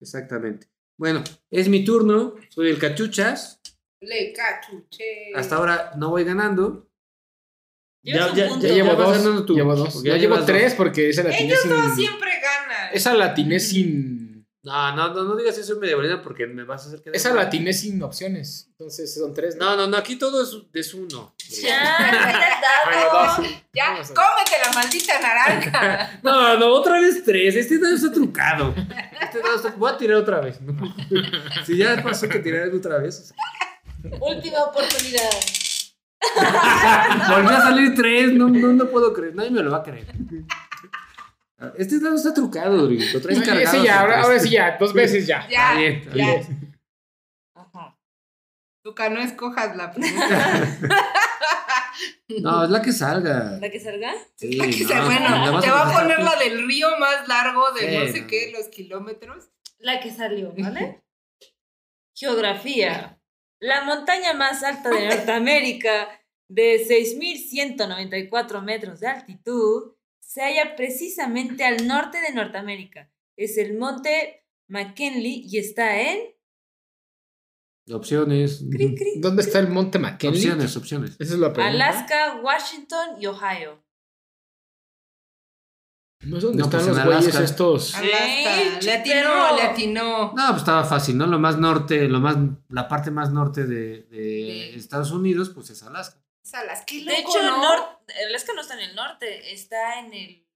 C: Exactamente. Bueno, es mi turno. Soy el cachuchas.
A: Le cachuché.
C: Hasta ahora no voy ganando.
E: Llevas un punto.
D: Ya llevo
E: vas
D: dos.
E: ganando
C: tú.
D: Llevo dos.
C: Porque ya
D: Ya llevo
C: llevas
D: tres porque esa latiné
A: Ellos
D: sin.
A: dos siempre ganan.
D: Esa
C: Mm.
D: latiné sin.
C: No, no, no, no digas eso mediavolina porque me vas a hacer quedar
D: Esa
C: mal.
D: latiné sin opciones. Entonces son tres.
C: No, no, no, aquí todo es, es uno.
E: Ya, mira, dado.
A: Ya,
D: Vamos a-
A: cómete la maldita naranja.
C: No, no, otra vez tres. Este dado está trucado. Este dado está. Voy a tirar otra vez. ¿no? Si ya pasó que tirar otra vez. o sea.
E: Última oportunidad.
C: Volvió a salir tres. No, no, no puedo creer. Nadie me lo va a creer. Este dado está trucado, Rodrigo. Lo traes
D: Oye,
C: cargado.
D: ese ya,
C: con
D: ahora,
C: tres.
D: ahora sí ya, dos veces ya.
A: Ya.
C: Está bien, está
A: ya.
C: bien.
E: Ajá.
A: Tuca, no escojas la pregunta.
C: No, es la que salga.
E: ¿La que salga?
C: Sí,
A: La que sea-
C: no, la
A: bueno,
C: vas
A: te va a
C: contestar
A: poner
C: tú.
A: la del río más largo de
C: Sí,
A: no sé
C: no.
A: qué, los kilómetros.
E: La que salió, ¿vale? Geografía. La montaña más alta de Norteamérica, de 6.194 metros de altitud, se halla precisamente al norte de Norteamérica. Es el monte McKinley y está en...
C: Opciones.
E: crin, crin,
D: ¿Dónde está el Monte McKinley?
C: Opciones, opciones.
D: Esa es la pregunta.
E: Alaska, Washington y Ohio.
D: No es donde
C: No,
D: están
C: pues,
D: los
C: en
D: güeyes
C: Alaska.
D: estos.
A: Ah.
E: Sí,
A: Alaska. Le atinó,
E: pero-
A: le atinó.
C: No, pues estaba fácil, ¿no? Lo más norte, lo más, la parte más norte de, de
A: De-
C: Estados Unidos, pues es Alaska.
A: Es Alaska. Qué
E: De
A: loco,
E: hecho,
A: ¿no?
E: nor- Alaska no está en el norte, está en el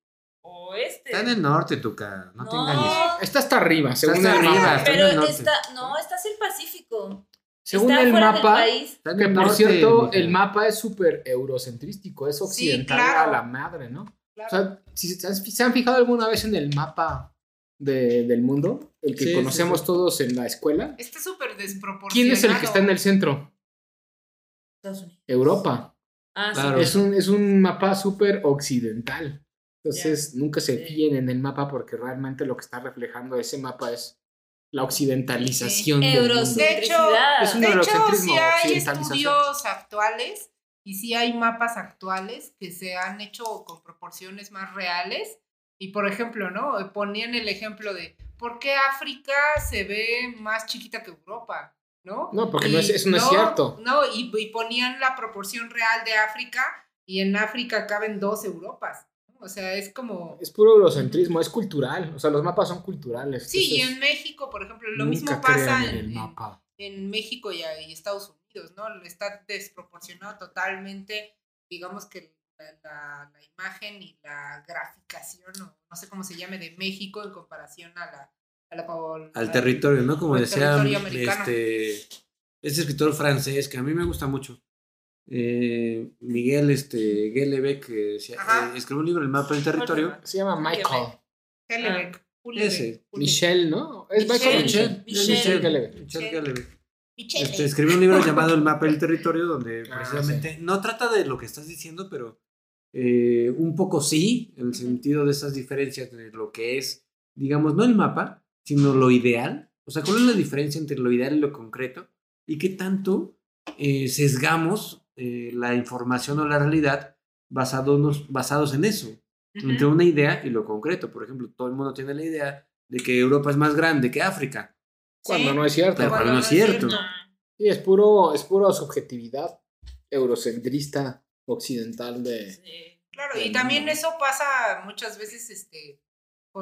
E: oeste.
C: Está en el norte, Tuca, no, te engañes.
D: Esta está arriba, según
C: hasta
D: el
C: arriba.
D: mapa.
C: está en
E: Pero
C: el norte.
E: está, no, está hacia el Pacífico.
D: Según
E: está
D: el
E: fuera
D: mapa,
E: del país.
C: Está en
D: Que
C: el
D: por
C: norte,
D: cierto,
C: Mijael.
D: el mapa es súper eurocentrístico, es occidental
A: claro.
D: a la madre, ¿no? O
A: Claro.
D: sea, si se has- se han fijado alguna vez en el mapa de- del mundo, el que
C: Sí, sí,
D: conocemos
C: sí.
D: todos en la escuela,
A: Está súper desproporcionado.
D: ¿quién es el que está en el centro?
E: Estados Unidos.
D: Europa.
E: Ah, sí.
C: Claro.
D: Es un, es un mapa súper occidental. Entonces, nunca se
E: Sí.
D: fíen en el mapa porque realmente lo que está reflejando ese mapa es la occidentalización del mundo.
A: De hecho,
E: Eurocentricidad.
D: es un
A: De hecho,
D: eurocentrismo,
A: sí hay
D: occidentalización.
A: estudios actuales y sí hay mapas actuales que se han hecho con proporciones más reales. Y por ejemplo, ¿no? Ponían el ejemplo de por qué África se ve más chiquita que Europa, ¿no?
D: No, porque
A: Y
D: no es- eso no es cierto.
A: No, y, y ponían la proporción real de África y en África caben dos Europas. ¿no? O sea, es como...
D: Es puro eurocentrismo, es cultural. O sea, los mapas son culturales.
A: Sí, y en
D: entonces,
A: México, por ejemplo, lo
D: nunca
A: mismo pasa
D: crean
A: en,
D: en el
A: en-
D: mapa.
A: en México y, y Estados Unidos, ¿no? Está desproporcionado totalmente, digamos que la, la- la imagen y la graficación, o no sé cómo se llame, de México en comparación a la... a la-
C: Al territorio, ¿no? Como
A: al
C: decía
A: territorio americano.
C: este, este escritor francés que a mí me gusta mucho. eh, Miguel este, Guelebe, que decía-
A: Ajá.
C: eh, escribió un libro, El mapa del territorio.
D: Se llama Michael.
A: Hellebeck, Hullebeck,
C: Ese,
A: Hullebeck.
D: Michelle, ¿no? Es
E: Michelle.
D: Michael Michelle.
C: es
E: Michel.
C: Michel
D: Guelebe.
C: Michel Guelebe.
A: Michele.
C: Este, escribe un libro llamado El mapa del territorio, donde
D: Ah,
C: precisamente no trata de lo que estás diciendo, pero eh, un poco sí, en el sentido de esas diferencias de lo que es, digamos, no el mapa, sino lo ideal. O sea, ¿cuál es la diferencia entre lo ideal y lo concreto? ¿Y qué tanto eh, sesgamos eh, la información o la realidad basados, basados en eso?
A: Ujú.
C: entre una idea y lo concreto. Por ejemplo, todo el mundo tiene la idea de que Europa es más grande que África.
D: Cuando
A: Sí.
D: no es cierto.
C: Pero
A: Cuando
C: no es cierto.
D: Sí, es puro, es puro subjetividad eurocentrista occidental de.
E: Sí.
A: Claro, y
D: del
A: también
D: mundo, ¿no?
A: eso pasa muchas veces este,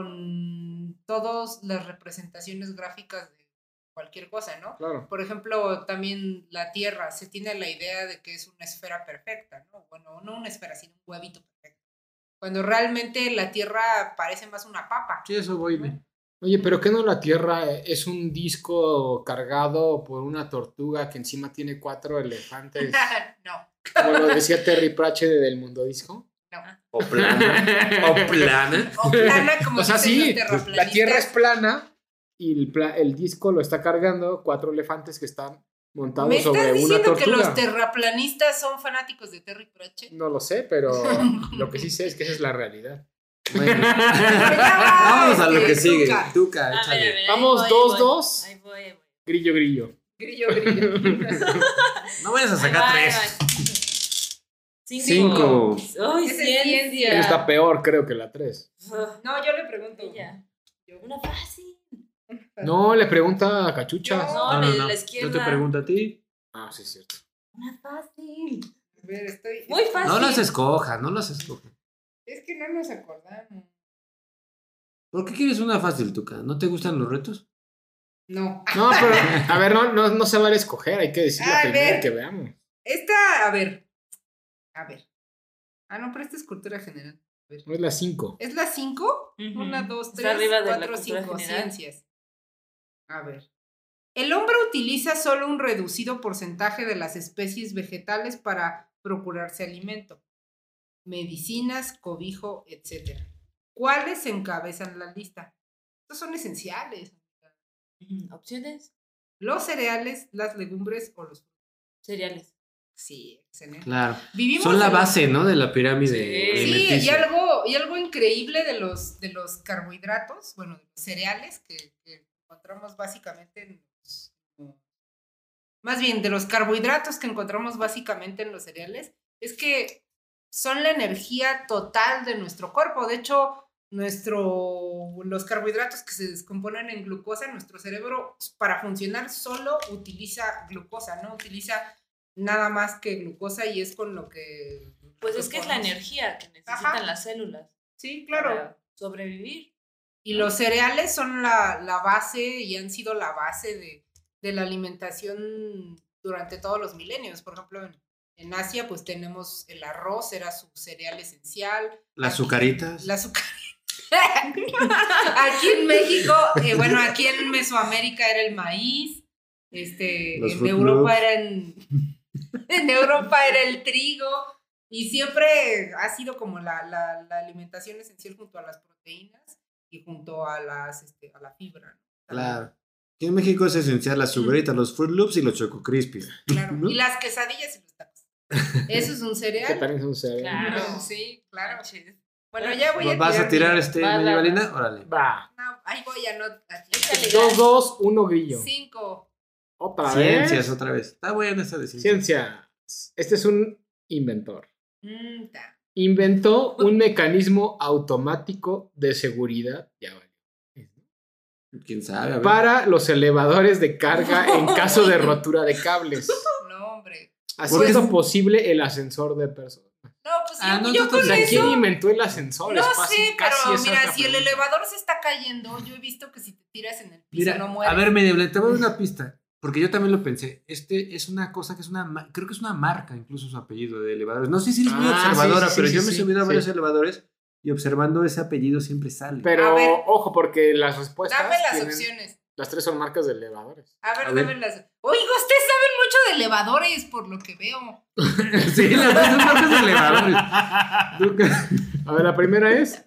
A: con todas las representaciones gráficas de cualquier cosa, ¿no?
D: Claro.
A: Por ejemplo, también la Tierra, se tiene la idea de que es una esfera perfecta, ¿no? Bueno, no una esfera, sino un huevito perfecto. Cuando realmente la Tierra parece más una papa.
C: Sí, eso voy. ve.
D: Oye, pero ¿qué no la Tierra es un disco cargado por una tortuga que encima tiene cuatro elefantes?
A: no,
D: como lo decía Terry Pratchett del Mundo Disco.
A: no.
C: O plana. o plana.
A: O plana como
D: O sea,
A: dicen
D: sí,
A: los
D: La Tierra es
A: terraplanistas.
D: plana y el, pla- el disco lo está cargando cuatro elefantes que están montados
A: ¿Me estás
D: sobre una
A: diciendo que
D: tortuga.
A: los terraplanistas son fanáticos de Terry Pratchett?
D: no lo sé, pero lo que sí sé es que esa es la realidad.
C: Bueno.
A: Ya va,
C: Vamos a lo que
A: este,
C: sigue.
A: Tuca.
C: Tuca,
E: A ver, a
C: échale.
E: ver, ahí
D: Vamos,
E: voy, ahí
D: dos,
E: voy.
D: dos.
E: Ahí voy, ahí voy.
D: Grillo, grillo.
A: Grillo, grillo.
C: No vayas a
E: Ahí
C: sacar
E: va,
C: tres.
E: ahí va.
C: Cinco.
E: Ay,
A: Ese es
E: ciencia.
A: ciencia.
D: Está peor, creo que la 3.
E: Ugh,
A: no, yo le pregunto.
E: ella. Una fácil.
D: No, le pregunta a Cachucha.
A: Ah. No.
C: No,
E: No, la
C: no,
E: de
C: no.
E: la
C: Yo
E: izquierda.
C: te pregunto a ti.
D: Ah, sí, es cierto.
E: Una fácil.
A: A ver, estoy.
E: Muy fácil.
C: No los escoja, no los escoja.
A: Es que no nos acordamos.
C: ¿Por qué quieres una fácil, Tuca? ¿No te gustan los retos?
A: No.
D: No, pero a ver, no, no, no se vale escoger, hay que decir la
A: A
D: primera
A: ver.
D: que veamos.
A: Esta, a ver. A ver. Ah, no, pero esta es cultura general.
D: No es la 5.
A: ¿Es la 5?
E: Ujú.
A: Una, dos,
E: Está
A: tres,
E: arriba de la
A: cuatro,
E: cultura
A: cinco.
E: general.
A: Ciencias. A ver. El hombre utiliza solo un reducido porcentaje de las especies vegetales para procurarse alimento, medicinas, cobijo, etc. ¿Cuáles encabezan la lista? Estos son esenciales.
E: Ujú. Opciones,
A: Los cereales, las legumbres o los...
E: cereales.
A: Sí, excelente.
C: Claro.
A: Vivimos
C: Son la
A: en los-
C: base, ¿no? De la pirámide
E: Sí.
A: Sí, y
C: alimenticia.
A: algo, y algo increíble de los, de los carbohidratos, bueno, de los cereales que, que encontramos básicamente en los... Más bien, de los carbohidratos que encontramos básicamente en los cereales, es que son la energía total de nuestro cuerpo. De hecho, nuestro, los carbohidratos que se descomponen en glucosa, nuestro cerebro para funcionar solo utiliza glucosa, no utiliza nada más que glucosa y es con lo que...
E: Pues es que es la
A: podemos-
E: energía que necesitan
A: Ajá.
E: las células
A: Sí, claro.
E: para sobrevivir.
A: Y los cereales son la, la base y han sido la base de, de la alimentación durante todos los milenios. Por ejemplo, en, en Asia, pues tenemos el arroz, era su cereal esencial.
C: Las azucaritas.
A: La azúcar. aquí en México, eh, bueno, aquí en Mesoamérica era el maíz. Este,
F: Los
A: en
F: Fruit
A: Europa
F: Loops.
A: era en, en Europa era el trigo. Y siempre ha sido como la, la- la alimentación esencial junto a las proteínas y junto a las este, a la fibra. ¿no?
C: Claro. Aquí en México es esencial las azucaritas, los Fruit Loops y los Choco Crispies.
A: Claro.
C: ¿No?
A: Y las quesadillas y los tacos. Eso es un
D: Que
A: cereal.
D: también son cereales.
E: Claro.
A: Sí, claro.
E: Manches.
A: Bueno, ya voy a
C: ¿Vas a tirar
A: mi-
C: este
E: Vas, vas,
C: medievalina?
E: vas.
C: Órale.
D: Va.
A: No, ahí voy a no. a-
E: Échale,
D: Dos, dos, uno grillo.
A: Cinco.
D: Otra
C: Ciencias
D: vez.
C: otra vez. Está buena esta de ciencias.
D: Ciencias. Este es un inventor.
A: Mm, ta.
D: Inventó un mecanismo automático de seguridad. Ya vale.
C: ¿Quién sabe? A ver.
D: Para los elevadores de carga en caso de rotura de cables,
A: No, hombre.
D: haciendo posible el ascensor de personas.
A: No, pues
C: Ah,
A: yo,
C: no,
A: yo
C: tú- tú-
A: con
D: O sea,
A: eso.
D: ¿quién inventó el ascensor?
A: No
D: Es fácil,
A: sé,
D: casi
A: pero
D: esa es
A: mira,
D: la
A: si el
D: pregunta.
A: elevador se está cayendo, yo he visto que si te tiras en el piso
C: Mira,
A: no mueres.
C: a ver, medieval, te voy a dar una pista. Porque yo también lo pensé. Este es una cosa que es una. ma- Creo que es una marca, incluso su apellido de elevadores. No sé si eres muy
D: Ah,
C: observadora,
D: sí, sí,
C: pero
D: sí,
C: yo
D: sí,
C: me he
D: sí,
C: subido a
D: sí.
C: varios elevadores y observando ese apellido siempre sale.
D: Pero
A: A ver.
D: ojo, porque las respuestas.
A: dame las
D: tienen-
A: opciones.
D: Las tres son marcas de elevadores.
A: A ver,
C: A
A: dame
C: ver.
A: las. Oiga, ustedes saben mucho de elevadores, por lo que veo.
C: sí, las dos son marcas de elevadores. Nunca-
D: A ver, la primera es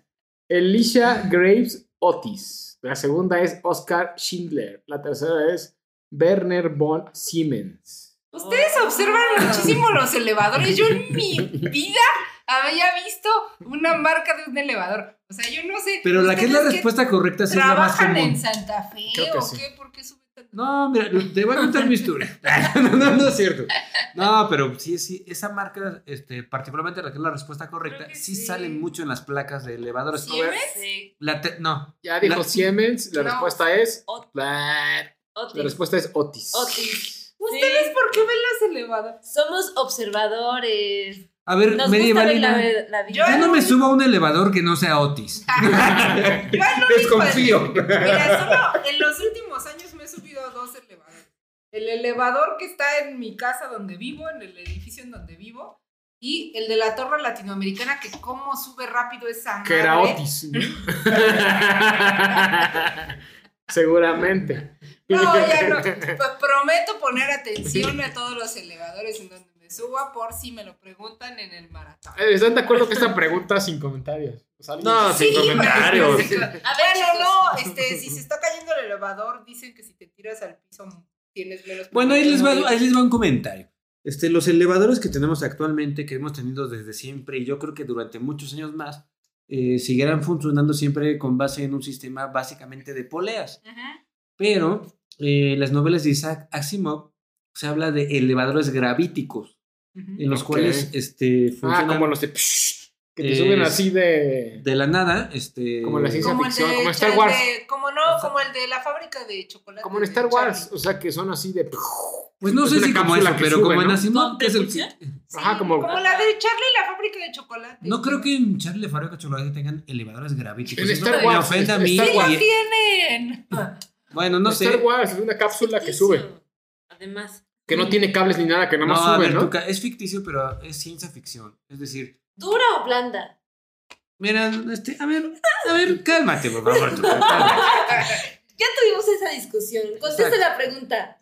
D: Elisha Graves Otis. La segunda es Oscar Schindler. La tercera es Werner von Siemens.
A: Ustedes
C: Oh.
A: observan muchísimo los elevadores. Yo en mi vida había visto una marca de un elevador. O sea, yo no sé.
C: Pero la que es la
A: ¿ustedes qué
C: respuesta correcta sí es la más
A: ¿Trabajan en
C: común.
A: Santa Fe
D: Creo que
A: o
D: sí.
A: qué? ¿Por qué suben tan-
C: No, mira, te voy a contar mi historia. no, no, no es cierto. No, pero sí, sí, esa marca, este, particularmente la que es la respuesta correcta,
E: Creo que
C: sí,
E: sí.
C: sale mucho en las placas de elevadores.
A: ¿Siemens?
E: Sí.
C: La te- no,
D: Ya dijo
C: La-
D: Siemens. La
A: No.
D: respuesta es.
E: Ot-
D: La
E: Otis.
D: respuesta es Otis.
E: Otis.
A: ¿Ustedes por qué ven los elevadores?
E: Sí, somos observadores.
C: A ver,
E: Nos gusta ver
C: medievalina.
E: la, la vida.
A: Yo
C: Yo no
A: no
C: me subo a un elevador que no sea Otis.
A: Yo al único-
D: Desconfío.
A: Mira, solo en los últimos años me he subido a dos elevadores. El elevador que está en mi casa donde vivo, en el edificio en donde vivo, y el de la torre latinoamericana que cómo sube rápido esa madre.
D: Que era Otis. ¿no? Seguramente.
A: No, ya no. P- Prometo poner atención a todos los elevadores en donde me suba por si me lo preguntan en el maratón.
D: Eh, ¿Están de acuerdo que esta pregunta sin comentarios? O sea, alguien- Ah,
C: No, sin comentarios.
E: A ver,
A: Bueno,
E: chicos.
A: no, este, si se está cayendo el elevador, dicen que si te tiras al piso tienes menos.
C: Bueno, ahí les, va,
A: probabilidades de
C: ahí les va un comentario. Este, los elevadores que tenemos actualmente, que hemos tenido desde siempre, y yo creo que durante muchos años más, eh, seguirán funcionando siempre con base en un sistema básicamente de poleas.
A: morir. Ajá.
C: Pero eh, en las novelas de Isaac Asimov se habla de elevadores gravíticos, en los
D: Ok.
C: cuales este,
D: Ah,
C: funcionan
D: como los de psh, que te
C: Es-
D: suben así de.
C: de la nada. Este,
D: Como la ciencia
A: como el
D: ficción,
A: de
D: como Star
A: Char-
D: Wars.
A: de- como no, como el de la fábrica de chocolate.
D: Como en
A: de
D: Star Wars,
A: Charlie.
D: o sea, que son así de. psh,
C: Pues no
D: Es
C: sé
D: una
C: si como
D: cápsula
C: eso,
D: que
C: pero
D: sube,
C: como en
D: ¿no?
E: ¿Con
C: Asimov, que es el...
E: propulsión?
D: Ajá, como-
A: Como la de Charlie y la fábrica de chocolate.
C: No creo que en Charlie Faro Chocolate tengan elevadores gravíticos.
D: En
C: Eso
D: Star
C: me
D: Wars,
C: ofende a mí.
D: Star
A: ¡Sí
D: Wars.
A: lo
C: y-
A: tienen!
C: bueno, no
D: Star
C: sé.
D: Wars es una cápsula que sube.
E: Ficticio. Además,
D: Que no tiene cables ni nada, que nada
C: No,
D: más
C: a
D: sube,
C: ver,
D: ¿no?
C: Tuca, es ficticio, pero es ciencia ficción. Es decir,
E: ¿dura o blanda?
C: mira, este, a ver, a ver, cálmate, por favor, Tuca, cálmate.
E: Ya tuvimos esa discusión. Contesta
C: Exacto.
E: la pregunta.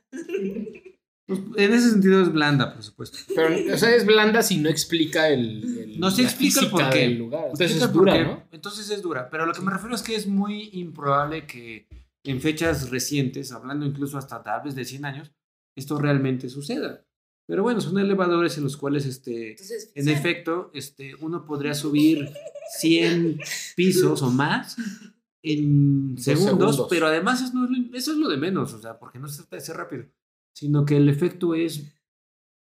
C: Pues, en ese sentido es blanda, por supuesto.
D: Pero, o sea, es blanda si no explica el. el-
C: No se
D: la
C: explica el
D: física
C: porqué.
D: del lugar. Entonces
C: Explica
D: es
C: por
D: dura,
C: qué.
D: ¿no?
C: Entonces es dura, pero lo que me refiero es que es muy improbable que en fechas recientes, hablando incluso hasta tal vez de 100 años, esto realmente suceda. Pero bueno, son elevadores en los cuales este,
E: Entonces,
C: En
E: ficción.
C: efecto, este, uno podría subir 100 pisos o más en
D: Dos
C: segundos,
D: segundos.
C: pero además eso, no es lo- eso es lo de menos, o sea, porque no se trata de ser rápido, sino que el efecto es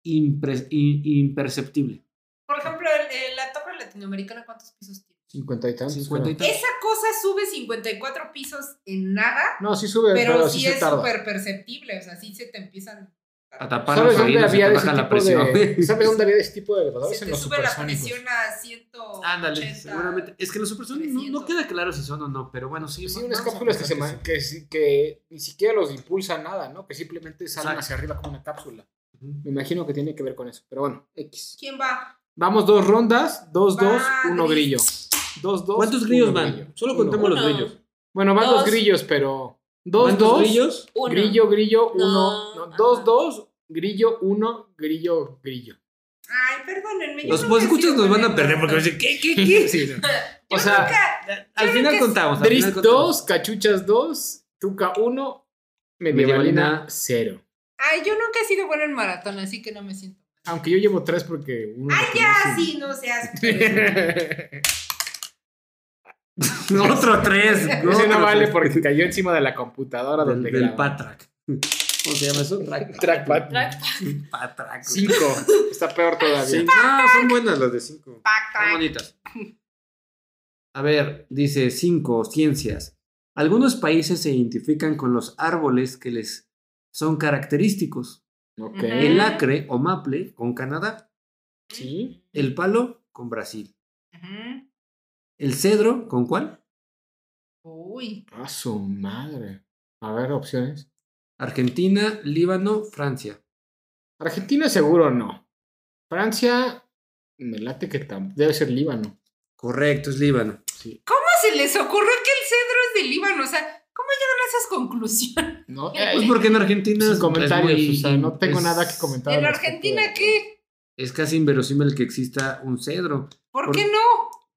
C: impre- i- imperceptible.
A: Por ejemplo, el- el- la torre latinoamericana, ¿cuántos pisos tiene?
D: 50 y tantos.
C: 50 y
D: creo.
C: tal.
A: Esa cosa sube 54 pisos en nada,
D: No, sí sube, pero,
A: pero,
D: sí,
A: sí
D: se
A: es
D: tarda.
A: súper perceptible. O sea, sí se te empiezan.
C: A tapar
D: ¿Sabes
C: los
D: dónde,
C: oídos y
D: había
C: te
D: de ese
C: baja la
D: tipo
C: presión.
D: de, ¿Sabes dónde había de ese tipo de elevadores?
A: Se te
D: en los
A: sube la
D: supersónicos.
A: presión a 180.
C: Ándale, seguramente. Es que los supersonidos no,
A: 300.
C: no queda claro si son o Pues no, pero bueno, sí.
D: Sí,
C: vamos
D: unas
C: a
D: cápsulas que, se
C: pensar
D: ma- que, sí- que ni siquiera los impulsa nada, ¿no? Que simplemente salen
C: Exacto.
D: hacia arriba como una cápsula.
C: sí. Ujú.
D: Me imagino que tiene que ver con eso. Pero bueno, X.
A: ¿Quién va?
D: Vamos dos rondas, dos, dos,
A: Va,
D: uno
A: grillo.
D: grillo. Dos, dos,
C: ¿Cuántos
D: uno
C: grillos van?
D: grillo.
C: Solo
D: Uno.
C: contamos los
E: Uno.
C: grillos.
D: Bueno, van
E: Dos.
D: los grillos, pero. Dos,
C: ¿Cuántos
D: dos.
C: grillos?
E: Uno.
D: Grillo, grillo,
E: No,
D: uno. no,
E: ajá.
D: dos, dos, grillo, uno, grillo, grillo.
A: Ay, perdónenme. yo
C: Los
A: nunca he
C: escuchas
A: sido
C: nos van a
A: buena
C: perder porque van a
A: en
C: decir, ¿qué, qué, qué?
D: Sí, no.
A: Yo
D: O sea,
A: nunca-
C: Al
A: Yo
C: final
A: creo que
C: contamos. al final
D: Dris
C: contamos.
D: 2, Cachuchas 2, Tuca 1, Medievalina
C: Medievalina
D: 0.
A: Ay, yo nunca he sido buena en maratón, así que no me siento.
D: Aunque yo llevo 3 porque uno.
A: Ay,
D: lo
A: ya,
D: conocí.
A: sí, no seas. perezoso.
C: Otro tres.
D: Ese
C: otro
D: no vale
C: tres.
D: porque cayó encima de la computadora
C: Del,
D: donde
C: del
D: graba.
C: Patrack. ¿Cómo se llama eso? Track-
D: Trackpad.
E: Trackpad.
C: Patrack.
D: 5. Está peor todavía.
C: Sí, No, son buenas las de cinco.
A: Pac,
C: Están
A: pac.
C: bonitas. A ver, dice cinco, ciencias. Algunos países se identifican con los árboles que les son característicos.
D: Ok.
A: Ujú.
C: El acre o maple con Canadá,
D: Sí.
C: el palo con Brasil,
A: Ujú.
C: el cedro con cuál?
A: Uy.
D: A su madre. A ver, opciones.
C: Argentina, Líbano, Francia.
D: Argentina seguro no. Francia, me late que tam- debe ser Líbano.
C: Correcto, es Líbano.
D: Sí.
A: ¿Cómo se les ocurrió que el cedro es de Líbano? O sea, ¿cómo llegan a esas conclusiones?
D: No, eh,
C: Pues porque en Argentina
D: sin
C: es-
D: comentarios,
C: es muy-
D: o sea, no tengo
C: es-
D: nada que comentar.
A: ¿En
D: al respecto
A: Argentina
D: de-
A: qué?
C: Es casi inverosímil que exista un cedro.
A: ¿Por
C: Por-
A: qué no?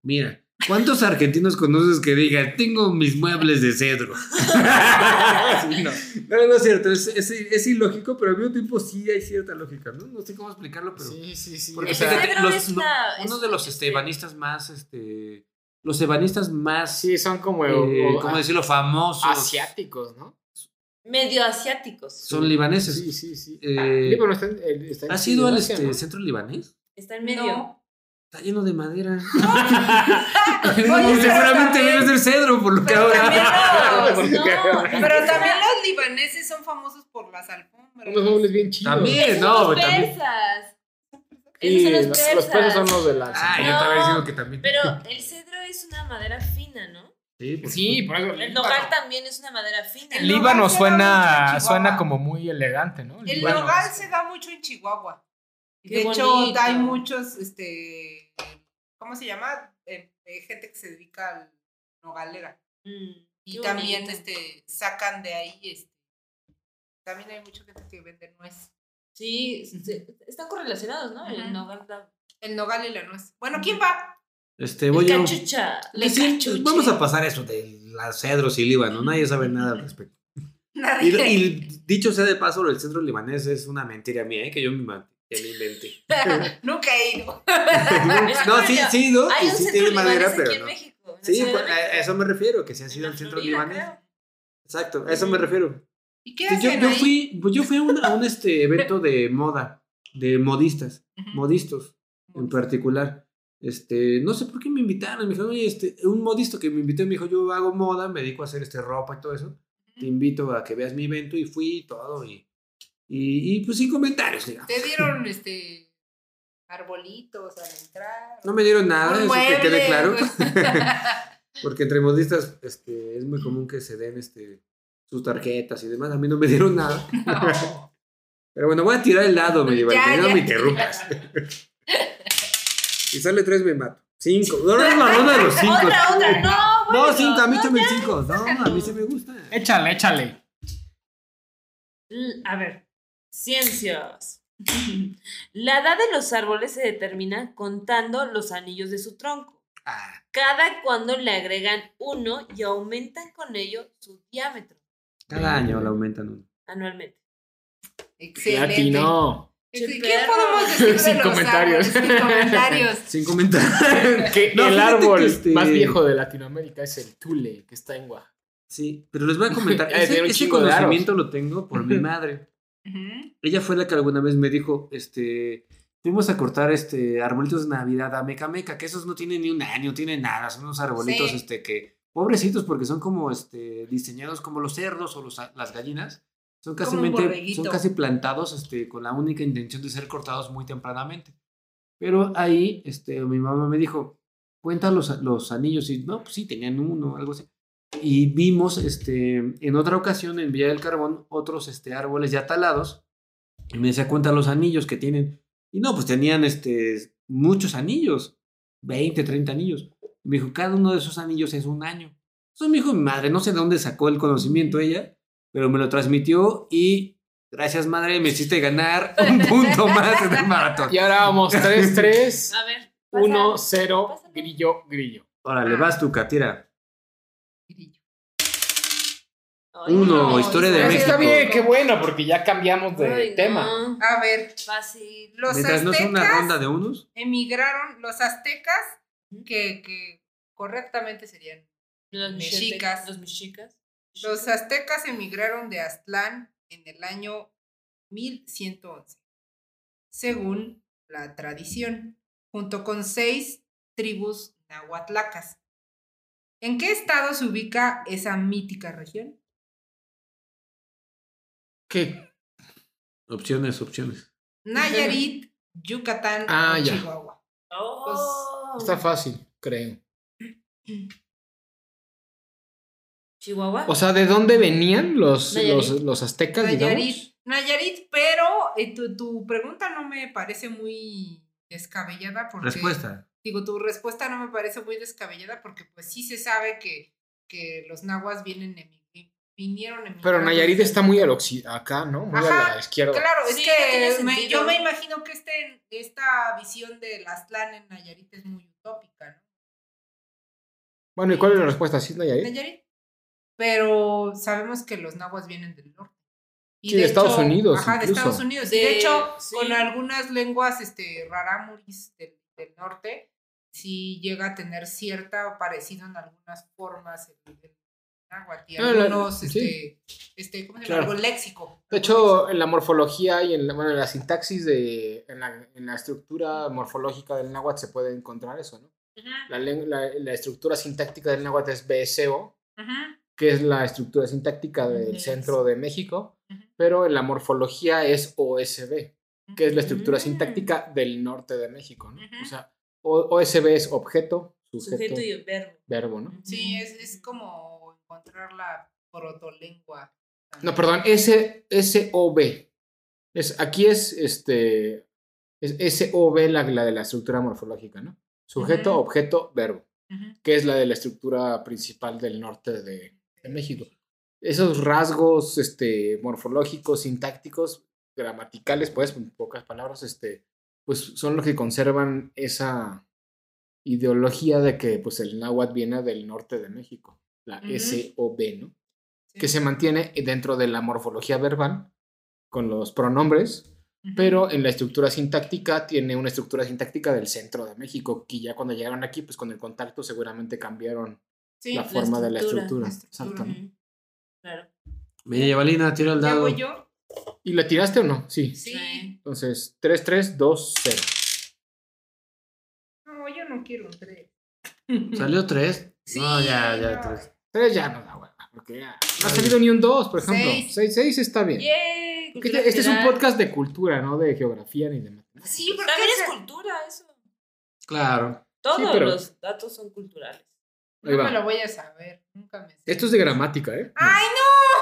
C: Mira, ¿cuántos argentinos conoces que digan, tengo mis muebles de cedro?
D: Sí, no.
C: No, no es cierto, es, es- es ilógico, pero al mismo tiempo sí hay cierta lógica, ¿no? No sé cómo explicarlo, pero...
D: Sí, sí, sí.
C: Porque
D: o
E: El
D: sea,
C: fíjate,
E: cedro
C: los-
E: es
C: no-
E: la-
C: uno
E: es-
C: de los estebanistas más, este... Los ebanistas más,
D: sí, son como
C: eh,
D: o-
C: ¿cómo
D: a-
C: decirlo?, famosos.
D: asiáticos, ¿no?
E: Medio asiáticos.
C: Son libaneses.
D: Sí, sí, sí. Ah,
C: Eh,
D: Sí, pero está en- eh, está en
C: ¿Has ido al
D: Asia,
C: este,
D: ¿no?
C: centro libanés?
E: Está en medio.
A: No.
C: Está lleno de madera.
A: Oye,
C: Y seguramente
A: pero
C: viene del cedro, por lo que
A: Pero también
C: ahora.
A: los-
E: No,
A: Pero también los libaneses son famosos por las alfombras.
D: Unos muebles bien chidos.
C: También.
E: Esos
C: no,
E: son los
C: también.
E: persas. Esos
D: Sí,
E: son
D: los,
E: los
D: los
E: persas.
D: persas son los de la.
C: Ah,
E: No,
C: yo estaba diciendo que también.
E: Pero el cedro es una madera fina, ¿no?
C: Sí, por supuesto.
D: por eso.
E: El nogal también es una madera fina.
A: El Líbano suena- suena como
D: muy elegante, ¿no?
A: El
C: Bueno,
A: nogal se da mucho en Chihuahua.
E: Qué
A: de
E: bonito.
A: hecho, hay muchos, este, ¿cómo se llama? Eh, eh, gente que se dedica al nogalera.
E: Mm,
A: Y
E: qué
A: también,
E: bonito.
A: este, sacan de ahí, este, también hay mucha gente que vende nuez.
E: Sí, sí, están correlacionados, ¿no?
A: Ajá.
E: El nogal da-
A: El nogal y la nuez. Bueno, ¿quién va?
C: Este,
E: El
C: voy yo.
E: cachucha. la
C: Sí,
E: cachucha.
C: Vamos a pasar eso de las cedros y Líbano. Nadie sabe nada al respecto. Y,
A: Nadie.
C: y dicho sea de paso, lo del centro libanés es una mentira mía, ¿eh? que yo me, man- que me inventé.
A: Nunca he ido.
C: no, sí, sí, ¿no?
E: Ah, Hay
C: Y
E: un
C: sí
E: centro
C: tiene madera,
E: libanés
C: pero
E: aquí en
C: no.
E: México. en la
C: Sí,
E: Ciudad de
C: pues, a a
E: México.
C: eso me refiero, que se ha sido
E: En
C: el
E: la
C: centro
E: Florida,
C: libanés.
E: creo.
C: Exacto, a eso me refiero.
A: ¿Y qué
C: Sí, yo,
A: hacen
C: yo
A: ahí?
C: fui, pues yo fui a, un- a un este evento de moda, de modistas,
A: Ujú.
C: modistos en particular. Este, no sé por qué me invitaron, me dijeron, oye, este, un modisto que me invitó me dijo, yo hago moda, me dedico a hacer este ropa y todo eso, te invito a que veas mi evento y fui y todo, y, Y, y, pues sin comentarios, digamos.
A: Te dieron este arbolitos al entrar.
C: No me dieron nada,
A: Un
C: eso que
A: mueble,
C: quede claro.
A: pues.
C: Porque entre modistas este, es muy común que se den este, sus tarjetas y demás. A mí no me dieron nada.
A: No. Pues
C: Pero bueno, voy a tirar el lado, me
A: Ya,
C: No
A: ya.
C: me interrumpas. Si sale tres, me mato. Cinco. No, no es la ronda de los cinco.
E: Otra, otra, no,
C: No,
E: bueno.
C: cinco, a mí también cinco. No, a mí sí me gusta.
D: Échale, échale.
E: L- A ver, ciencias. La edad de los árboles se determina contando los anillos de su tronco.
C: Ah,
E: Cada cuando le agregan uno y aumentan con ello su diámetro
C: cada año le aumentan uno.
E: anualmente.
A: Excelente.
D: Latino.
A: Este, ¿Qué
E: Perro.
A: podemos decir de
D: Sin
A: los
D: comentarios.
A: árboles? Sin comentarios.
C: Sin comentar.
D: Que
C: No,
D: el
C: fíjate
D: árbol
C: que este-
D: más viejo de Latinoamérica es el tule, que está en Oaxaca.
C: Sí, pero les voy a comentar.
D: Ha de tener
C: Ese,
D: Eh, un
C: ese
D: chingo de aros.
C: conocimiento lo tengo por mi madre.
A: Ujú.
C: Ella fue la que alguna vez me dijo, este, fuimos a cortar este arbolitos de Navidad a Meca Meca, que esos no tienen ni un año, tienen nada, son unos arbolitos
A: Sí.
C: este que pobrecitos porque son como este diseñados como los cerdos o los a- las gallinas, son
A: Como
C: casi
A: un borreguito.
C: son casi plantados este con la única intención de ser cortados muy tempranamente. Pero ahí este mi mamá me dijo, "Cuenta los los anillos" y no, pues sí tenían uno, algo así. Y vimos este en otra ocasión en Villa del Carbón otros este árboles ya talados y me decía, cuenta los anillos que tienen. Y no, pues tenían este, muchos anillos, 20, 30 anillos. Y me dijo, cada uno de esos anillos es un año. Eso me dijo mi madre, no sé de dónde sacó el conocimiento ella, pero me lo transmitió y gracias madre, me hiciste ganar un punto más en el maratón.
D: Y ahora vamos 3-3,
E: A ver, pasa.
D: 1-0,
E: Pásale.
D: grillo, grillo.
C: Órale, vas tú, Katira.
E: Ay,
C: Uno, historia de
A: historia
C: México.
D: Está bien, qué bueno, porque ya cambiamos de
E: Ay, no.
D: tema.
A: A ver,
E: Fácil.
A: los
C: Mientras no
A: aztecas
C: sea una ronda de unos.
A: emigraron, los aztecas, que, que correctamente serían.
E: Los
A: Mexicas.
E: Los mexicas.
A: Los aztecas emigraron de Aztlán en el año 1111, según la tradición, junto con seis tribus nahuatlacas. ¿En qué estado se ubica esa mítica región?
D: ¿Qué?
C: Opciones, opciones.
A: Nayarit, Yucatán
D: Ah,
A: o
D: ya.
A: Chihuahua.
E: Oh.
D: Está fácil, creo.
E: Chihuahua.
D: O sea, ¿de dónde venían los,
E: Nayarit.
D: los, los aztecas, digamos?
A: Nayarit, Nayarit, pero eh, tu, tu pregunta no me parece muy descabellada porque
C: Respuesta.
A: digo, tu respuesta no me parece muy descabellada porque pues sí se sabe que, que los nahuas vienen emi- vinieron emigrados
D: Pero Nayarit
A: desde-
D: está muy al occi- acá, ¿no? Muy a
A: Ajá,
D: la izquierda.
A: Claro, es
E: Sí, no
A: que
E: tiene
A: me-
E: sentido.
A: yo me imagino que este, esta visión del Aztlán en Nayarit es muy utópica, ¿no?
D: Bueno, ¿y cuál es la respuesta? ¿Sí es Nayarit?
A: Nayarit. Pero sabemos que los nahuas vienen del norte. Y
D: Sí, de Estados Unidos
A: Ajá, de
D: incluso.
A: Estados Unidos. Y
E: De-
A: de hecho,
E: sí.
A: con algunas lenguas este, rarámuris del, del norte, sí llega a tener cierta parecido en algunas formas el, el náhuatl y
D: Ah, la-
A: algunos,
D: sí.
A: este, este, ¿cómo se llama?
D: Claro.
A: Algo léxico.
D: De hecho, en la morfología y en la, bueno, en la sintaxis de. En la, en la estructura morfológica del náhuatl se puede encontrar eso, ¿no? La, len- la, la estructura sintáctica del náhuatl es BSO,
A: Ajá.
D: que es la estructura sintáctica del
E: Ujú.
D: centro de México,
A: Ujú.
D: pero en la morfología es OSB. que es la estructura
E: Mm.
D: sintáctica del norte de México, ¿no?
A: Ujú.
D: O sea, O- OSB es objeto, sujeto,
E: Sujeto y verbo.
D: verbo, ¿no?
A: Sí, es,
E: Mm.
A: es como encontrar la protolengua.
D: No, perdón, S, SOB. Es, aquí es este. Es SOB la, la de la estructura morfológica, ¿no? Sujeto,
A: Ujú.
D: objeto, verbo,
A: Ujú.
D: que es la de la estructura principal del norte de, de México. Esos rasgos este, morfológicos, sintácticos, gramaticales, pues, en pocas palabras, este, pues son los que conservan esa ideología de que pues, el náhuatl viene del norte de México, la
A: Ujú.
D: SOB, ¿no?
A: Sí.
D: que se mantiene dentro de la morfología verbal con los pronombres,
A: Ujú.
D: pero en la estructura sintáctica tiene una estructura sintáctica del centro de México, que ya cuando llegaron aquí, pues con el contacto seguramente cambiaron
A: Sí,
D: la
E: la
D: forma de la
E: estructura,
D: estructura.
A: la estructura.
D: Exacto.
E: Ujú. Claro.
C: Media Valina, tira el
A: ¿Ya
C: dado.
A: voy yo?
D: ¿Y la tiraste o no? Sí.
A: Sí.
D: Entonces, 3, 3, 2, 0.
A: No, yo no quiero un tres.
C: ¿Salió tres?
A: Sí,
C: no, ya, ya,
A: no.
C: tres.
D: 3 ya no da hueva. Porque ah, no ha salido ni un 2, por ejemplo.
A: Seis.
D: 6, 6 está bien.
E: Yay,
D: Porque
E: cultura
D: este es un
E: general.
D: podcast de cultura, no de geografía ni de matemáticas.
A: Sí, porque
E: También es
A: ese-
E: cultura eso.
C: Claro.
E: Todos
D: pero-
E: los datos son culturales.
D: Ahí
A: no
D: va.
A: me lo voy a saber. Nunca me sé.
D: Esto es de gramática, ¿eh?
A: ¡Ay,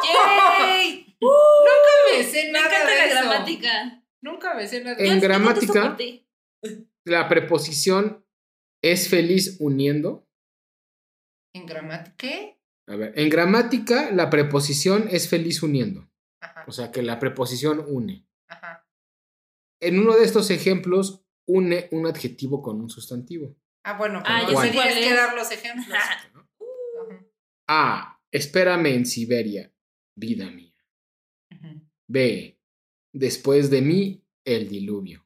E: ¡Yay!
A: nunca me sé
E: Me
A: nada
E: encanta
A: de
E: la
A: eso.
E: gramática.
A: Nunca me sé nada de
D: En
E: Yo- yo
A: eso.
E: contesto
D: gramática-
E: por ti.
D: La preposición es feliz uniendo.
A: ¿En gramática? ¿Qué?
D: A ver, en gramática la preposición es feliz uniendo.
A: Ajá,
D: O sea que la preposición une.
A: ajá.
D: En uno de estos ejemplos, une un adjetivo con un sustantivo.
A: Ah, bueno,
E: Ah,
A: pero
D: ya sé
A: me tienes
E: cuál
A: que
E: es.
A: dar los ejemplos. Ajá.
D: A. Espérame en Siberia, vida mía.
A: Ujú.
D: B. Después de mí, el diluvio.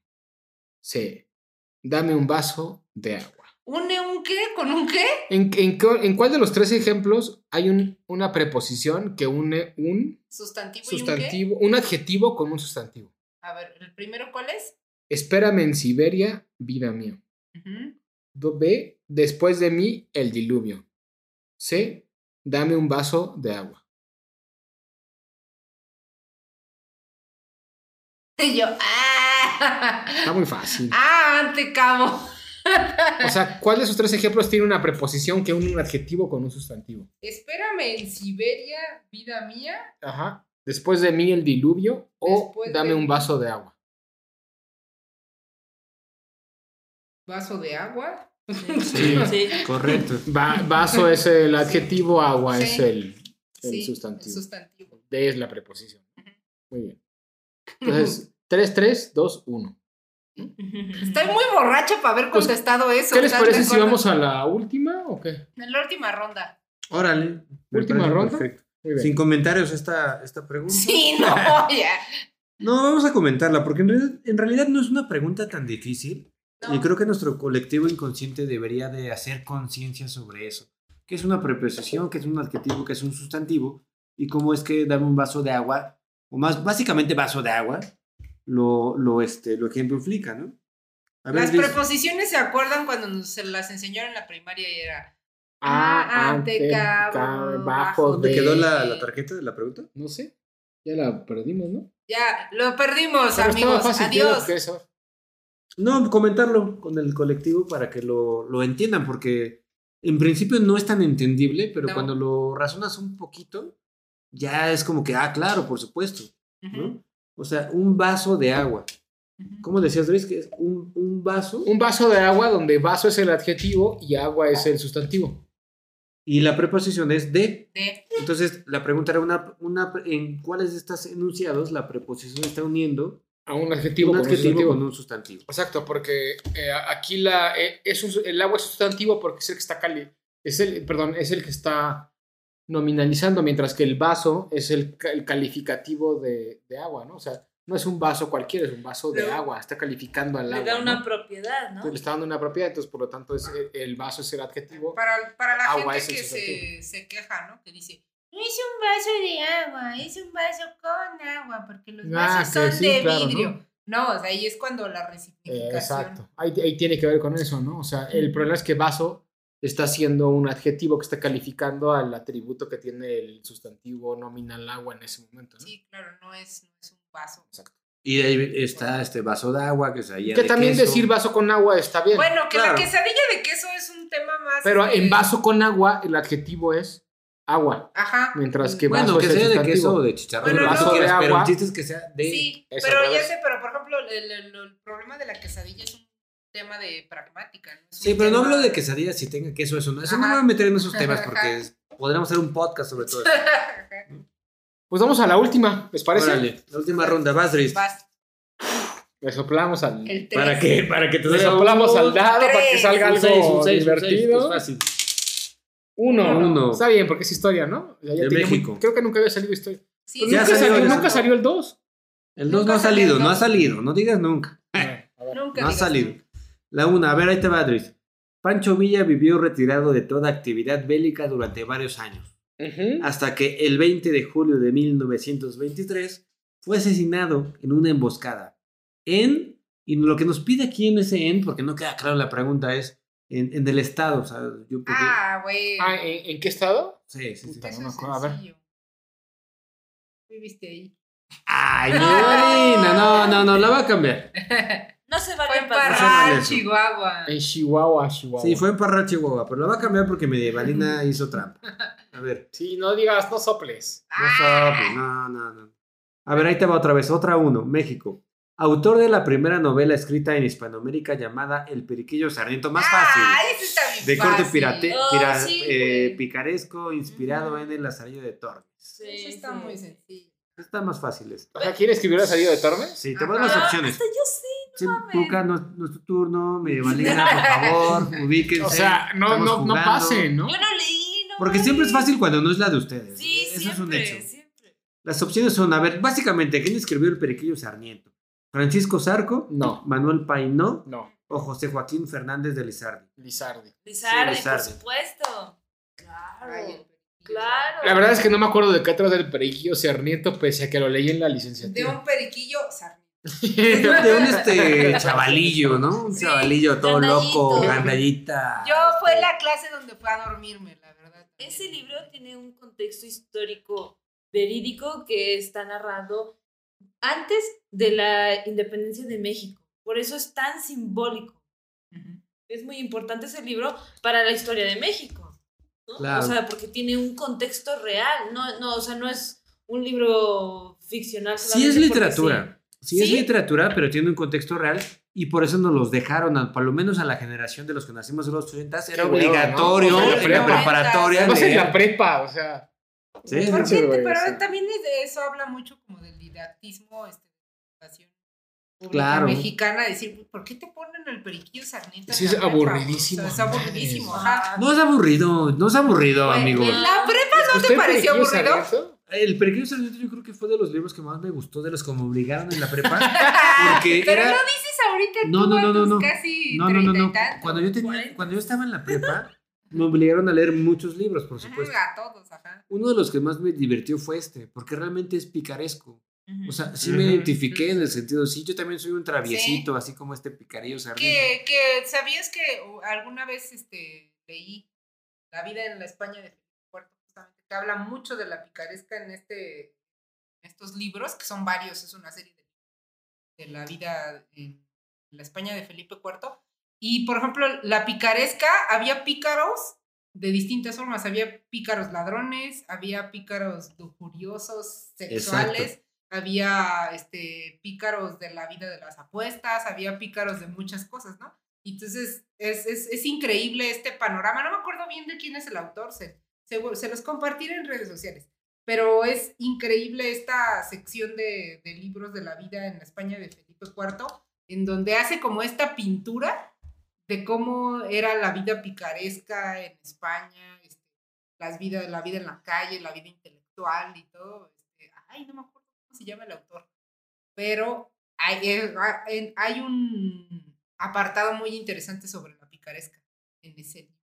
D: C. Dame un vaso de agua.
A: ¿Une un qué con un qué?
D: ¿En, en cu- en cuál de los tres ejemplos hay un- una preposición que une un
A: ¿Sustantivo, y un
D: sustantivo, un adjetivo con un sustantivo?
A: qué? A ver, ¿el primero cuál es?
D: Espérame en Siberia, vida mía.
A: Ujú.
D: Do- B. Después de mí, el diluvio. C. Dame un vaso de agua.
A: Y yo, ¡ah!
D: Está muy fácil.
A: ¡Ah, ante cabo!
D: O sea, ¿cuál de esos tres ejemplos tiene una preposición que une un adjetivo con un sustantivo?
A: Espérame en Siberia, vida mía.
D: Ajá. Después de mí el diluvio o
A: Después
D: dame
A: de
D: un
A: mí.
D: vaso de agua.
A: Vaso de agua.
E: Sí. Sí.
C: Correcto.
D: Va- vaso es el adjetivo, agua
A: Sí.
D: es el, el
A: Sí,
D: sustantivo.
A: El sustantivo.
D: D es la preposición. Muy bien. Entonces, 3, 3, 2, 1.
A: Estoy muy borracha para haber
D: Pues,
A: contestado eso.
D: ¿Qué les
A: ¿estás de
D: parece si
A: acuerdo?
D: vamos a la última o qué?
A: En la última ronda.
C: Órale. me
D: Última
C: parece
D: ronda.
C: perfecto.
D: Muy bien.
C: Sin comentarios esta, esta pregunta.
A: Sí, no, ya.
C: No, vamos a comentarla, porque en realidad, en realidad no es una pregunta tan difícil.
A: No.
C: Y creo que nuestro colectivo inconsciente debería de hacer conciencia sobre eso. ¿Qué es una preposición? ¿Qué es un adjetivo? ¿Qué es un sustantivo? ¿Y cómo es que darme un vaso de agua, o más básicamente vaso de agua, lo, lo, este, lo ejemplifica, ¿no? A ver,
A: Las
C: Liz,
A: preposiciones se acuerdan cuando nos se las enseñaron en la primaria y era.
D: Ah,
A: Ah, ante,
D: ante,
A: cabo,
D: ca-
A: bajo
D: bajo
C: ¿dónde
D: de...
C: quedó la, la tarjeta de la pregunta?
D: No sé. Ya la perdimos, ¿no?
A: Ya, lo perdimos,
D: Pero estaba
A: amigos.
D: fácil, ¿qué era
A: Adiós.
D: lo que es ahora?
C: No, comentarlo con el colectivo para que lo, lo entiendan, porque en principio no es tan entendible, pero
A: No.
C: cuando lo razonas un poquito, ya es como que, ah, claro, por supuesto,
A: Ujú,
C: ¿no? O sea, un vaso de agua.
A: ujú.
C: ¿Cómo decías, Dries, que es un, un vaso?
D: Un vaso de agua donde vaso es el adjetivo y agua es el sustantivo.
C: Y la preposición es de.
A: De-
C: Entonces, la pregunta era, una, una, ¿en cuáles de estos enunciados la preposición está uniendo
D: A un adjetivo
C: un
D: con un
C: adjetivo
D: sustantivo.
C: con un sustantivo?
D: Exacto, porque eh, aquí la, eh, es un- el agua es sustantivo porque es el que está cali es el, perdón, es el que está nominalizando, mientras que el vaso es el, ca- el calificativo de, de agua, ¿no? O sea, no es un vaso cualquiera, es un vaso de
E: Pero-
D: agua, está calificando al
E: Le
D: agua.
E: da una
D: ¿no?
E: propiedad, ¿no?
D: Entonces,
C: Pues,
D: le está dando una propiedad, entonces por lo tanto es, el- el vaso es el adjetivo.
A: Para, para
C: Ah,
A: la
D: Agua
A: gente
D: es el
A: que se,
D: sustantivo.
A: se queja, ¿no? Que dice. No es un vaso de agua, es un vaso con agua, porque los
D: Ah,
A: vasos
D: que
A: son
D: sí,
A: de
D: claro, ¿no?
A: vidrio. No, o sea, ahí es cuando la
D: Eh,
A: resignificación.
D: exacto. Ahí, ahí tiene que ver con eso, ¿no? O sea, el problema es que vaso está siendo un adjetivo que está calificando al atributo que tiene el sustantivo nominal agua en ese momento, ¿no?
A: Sí, claro, no es, no es un vaso.
D: Exacto.
C: Y de ahí está este vaso de agua que es ahí.
D: Que también decir vaso con agua está bien.
A: Bueno, que
C: claro.
A: la quesadilla de queso es un tema más.
D: pero
A: este,
D: en vaso con agua el adjetivo es agua.
A: Ajá.
D: Mientras que
C: Bueno,
D: vaso
C: que
D: es el
C: sea de
D: sustantivo.
C: queso o de chicharrón,
A: Bueno,
C: lo que
A: no.
C: quieras,
D: de
C: pero el
D: agua.
C: chiste es que sea de.
A: Sí,
D: es
A: pero
D: al
A: ya
D: revés.
A: sé, pero por ejemplo, el, el- el problema de la quesadilla es un tema de pragmática. ¿no? Es
C: Sí,
A: un
C: pero no
A: tema-
C: hablo de quesadillas si tenga queso eso. No, eso no
A: Ajá.
C: me voy a meter en esos
A: Ajá,
C: temas porque
A: ajá.
C: es- podríamos hacer un podcast sobre todo. eso.
A: Ajá,
D: Pues vamos a la última, ¿les parece?
C: Órale, la última ronda, vas, Dries.
A: Vas,
D: Le soplamos al.
A: el tres.
C: Para que, para que te
D: Le
C: salga un-
D: soplamos al dado
A: tres,
D: para que salga
C: un
D: algo
C: seis, un seis, un seis,
D: divertido.
C: que es fácil.
D: Uno.
C: Uno.
D: Está bien, porque es historia, ¿no? Ya- ya
C: De
D: tenía muy-
C: México.
D: creo que nunca había salido historia.
A: Sí,
D: Pues
A: sí,
C: Ya
D: nunca,
A: sí,
D: salió,
C: salió el-
D: nunca salió el 2.
C: El 2 no
A: Nunca
C: ha
A: salió
C: salido,
A: el
C: no ha
A: dos.
C: salido, no digas nunca.
A: Nunca
C: No ha
A: digas
C: salido.
A: nunca.
C: La 1, a ver, ahí te va, Dries. Pancho Villa vivió retirado de toda actividad bélica durante varios años. hasta que el 20 de julio de 1923 fue asesinado en una emboscada. En, y lo que nos pide aquí en ese en, porque no queda claro la pregunta, es en, en el estado. O sea, yo podría-
A: Ah, güey.
D: Ah,
C: eh,
D: ¿en, en qué estado?
C: Sí, sí, sí.
D: puta,
A: Eso
D: no me
A: es
D: acuerdo, a ver.
A: sencillo. Viviste ahí.
C: Ay, mi Marina, no, no, no, la va a cambiar.
E: No se va
A: Fue en
E: a
A: Parral,
C: eso.
A: Chihuahua.
D: En Chihuahua, Chihuahua.
C: Sí, fue en Parral, Chihuahua, pero la va a cambiar porque mi Marina hizo trampa. A ver,
D: Sí, no digas, no soples.
A: Ah,
C: no sabe, no, no, no. A ver, ahí te va otra vez, otra uno, México. Autor de la primera novela escrita en Hispanoamérica llamada El Periquillo Sarmiento, más fácil.
A: Ah, ese está bien
C: De corte
A: fácil.
C: pirate,
E: Oh,
C: pira-
E: sí,
C: eh,
E: güey.
C: picaresco, inspirado
A: Ujú.
C: en el lazarillo de Tormes.
A: Sí, Eso está muy sencillo.
C: Está más fácil esto.
D: O sea, ¿quién escribió la salida de Tormes?
C: Sí, te
A: Ajá.
C: voy a dar las opciones.
E: Hasta yo sí.
C: Sí,
E: mames.
C: Tuca, no, no es tu turno, me valida, por favor, ubíquense.
D: O sea, no,
C: estamos
D: no, no
C: jugando.
D: pasen, ¿no?
E: Yo no leí, no.
C: Porque siempre es fácil cuando no es la de ustedes.
E: Sí,
C: Eso es un
E: siempre,
C: hecho.
E: siempre.
C: Las opciones son, a ver, básicamente, ¿quién escribió el Periquillo Sarmiento? Francisco Zarco,
D: No,
C: Manuel Painó
D: no.
C: o José Joaquín Fernández de Lizardi.
D: Lizardi.
E: Lizardi, por
C: Lizardi.
E: supuesto.
A: Ay, el
E: Claro.
A: periquillo.
E: Claro.
D: La verdad es que no me acuerdo de qué atrás del periquillo Sarnieto, pese a que lo leí en la
A: De
D: licenciatura.
A: un periquillo sarmiento.
C: De un este chavalillo, ¿no? Un
E: Sí,
C: chavalillo todo
E: gandallito.
C: loco, gandallita.
A: Yo fue la clase donde fui a dormirme, la verdad.
E: Ese libro tiene un contexto histórico verídico que está narrado antes de la independencia de México. Por eso es tan simbólico.
A: Ujú.
E: Es muy importante ese libro para la historia de México. ¿no?
C: Claro.
E: O sea, porque tiene un contexto real. No, no, o sea, no es un libro ficcional.
C: Sí es
E: solamente porque sí.
C: literatura. Sí, es
E: ¿Sí?
C: literatura, pero tiene un contexto real y por eso nos los dejaron, a- por lo menos a la generación de los que nacimos en los 80 era
D: Qué hueva,
C: obligatorio
D: ¿no? O
C: en
D: sea, la
C: la
D: prepa.
C: preparatoria.
D: No sé, en
C: leer.
D: la prepa, o sea.
C: Sí, sí,
A: Porque
C: sí.
D: güey,
A: pero
D: sí.
A: también es de eso habla mucho como del didactismo, este, de la educación pública
C: Claro.
A: mexicana, decir, ¿por qué te ponen el periquillo sarmiento? en
D: Sí,
A: la
D: es
A: prepa?
D: aburridísimo.
A: O sea, es aburridísimo, ajá.
E: Ah,
C: No es aburrido, no es aburrido,
A: Güey,
C: amigos.
E: güey.
A: La prepa no
D: ¿Usted
A: te pareció
D: Periquillo
A: aburrido.
D: Sarnieto?
C: El Periquillo Sarmiento yo creo que fue de los libros que más me gustó, de los que me obligaron en la prepa. Porque
A: Pero
C: era...
A: no dices ahorita
C: No,
A: tú
C: no,
A: a
C: no, no,
A: tus
C: no.
A: casi
C: No, no, no,
A: treinta
C: no.
A: y tantos.
C: Cuando yo, tenía,
E: cuarenta.
C: cuando yo estaba en la prepa, me obligaron a leer muchos libros, por
A: Ujú,
C: supuesto.
A: A todos, ajá.
C: Uno de los que más me divertió fue este, porque realmente es picaresco. O sea, sí me
D: Ujú.
C: identifiqué en el sentido, sí, yo también soy un traviesito, así como este picarillo sarmiento.
A: que, que sabías que o, alguna vez este, leí La vida en la España de Felipe Puerto, justamente, que habla mucho de la picaresca en este en estos libros, que son varios, es una serie de, de la vida en la España de Felipe IV. Y, por ejemplo, la picaresca, había pícaros de distintas formas. Había pícaros ladrones, había pícaros lujuriosos, sexuales, había este, pícaros de la vida de las apuestas, había pícaros de muchas cosas, ¿no? Y Entonces, es, es, es increíble este panorama. No me acuerdo bien de quién es el autor, se, se, se los compartiré en redes sociales. Pero es increíble esta sección de, de libros de la vida en la España de Felipe IV, en donde hace como esta pintura de cómo era la vida picaresca en España, este, las vidas, la vida en la calle, la vida intelectual y todo. este, ay, no me acuerdo cómo se llama el autor. Pero hay, eh, ah, en- hay un apartado muy interesante sobre la picaresca en ese libro.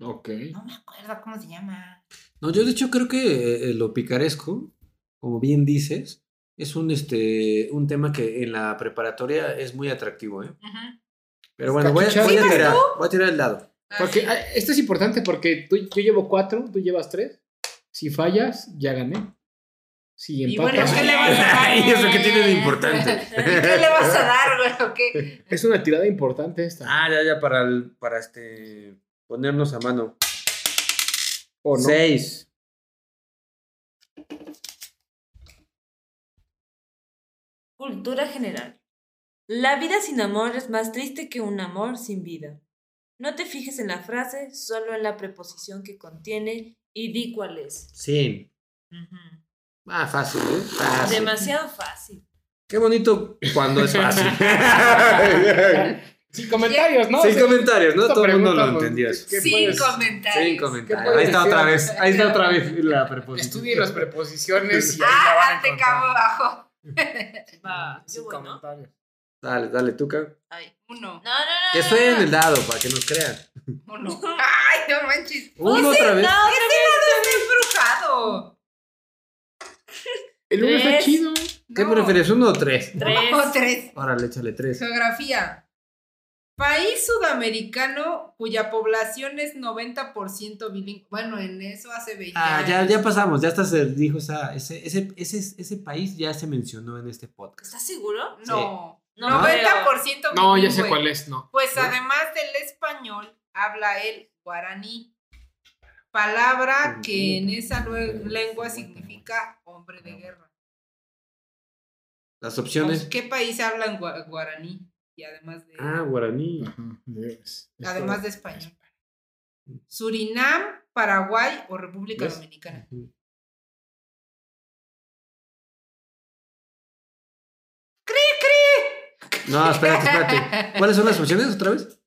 D: Ok.
A: No me acuerdo cómo se llama.
C: No, yo de hecho creo que eh, eh, lo picaresco, como bien dices, es un, este, un tema que en la preparatoria es muy atractivo, ¿eh?
A: Ujú.
C: Pero bueno, voy, a-
D: Cachucha.
C: voy a
D: ¿Sí,
A: pues
C: tirar, voy a tirar el dado.
A: Ah,
D: Porque
A: sí.
D: ah, esto es importante porque tú, yo llevo cuatro, tú llevas tres. Si fallas, ya gané. Si
A: Y bueno,
D: empatas.
A: ¿qué le vas a dar?
C: Y eso que tiene de importante.
A: ¿Qué le vas a dar, güey? ¿O qué?
D: Es una tirada importante esta.
C: Ah, ya, ya, para, el- para este, ponernos a mano.
D: ¿O no?
C: Seis.
E: Cultura general. La vida sin amor es más triste que un amor sin vida. No te fijes en la frase, solo en la preposición que contiene y di cuál es.
C: Sí. Ah, fácil, ¿eh? Fácil.
E: Demasiado fácil.
C: Qué bonito cuando es fácil.
D: Sin comentarios, ¿no?
C: Sin
D: O sea,
C: comentarios, ¿no?
D: esta
C: Todo el mundo lo
D: pregunta, pues,
C: entendió.
D: ¿qué- qué
A: Sin
D: puedes-
A: comentarios.
C: Sin
D: ¿Qué
C: comentarios.
D: puedes
C: Ahí está
D: decir?
C: otra vez. Ahí está otra vez la preposición.
D: Estudie las preposiciones y ahí la van a
A: Ah, te
D: encontrar.
A: cabo abajo.
E: Va,
D: Sin
E: yo voy, ¿no?
D: comentarios.
C: Dale, dale, Tuca.
E: Ay.
A: Uno,
E: No, no, no.
C: Que
E: no,
C: estoy
E: no.
C: en el dado para que nos crean.
A: uno. Ay, no manches.
C: Uno otra vez.
E: Oh, No, otra vez.
A: Embrujado.
D: El uno está
E: Tres.
D: chido.
C: ¿Qué
A: No.
C: prefieres, uno o tres?
E: Tres.
A: No, tres.
C: Órale, échale tres.
A: Geografía. País sudamericano cuya población es 90% bilingüe. Bueno, en eso hace 20
C: Ah,
A: años.
C: ya, ya pasamos, ya hasta se dijo esa, ese, ese, ese, ese país ya se mencionó en este podcast.
E: ¿Estás seguro?
A: No.
E: No,
A: 90%
D: No, ya sé
A: bilingüe.
D: cuál es, no.
A: Pues
C: ¿No?
A: además del español, habla el guaraní, palabra que en esa lue- lengua significa hombre de guerra.
C: Las opciones.
A: ¿Qué país hablan gua- guaraní? Y además de,
C: Ah, guaraní.
D: Ajá, yes.
A: además de español. Surinam, Paraguay o República
C: Mm. ¿Ves?
A: Dominicana.
C: Ujú. No, espérate, espérate. ¿Cuáles son las opciones otra vez?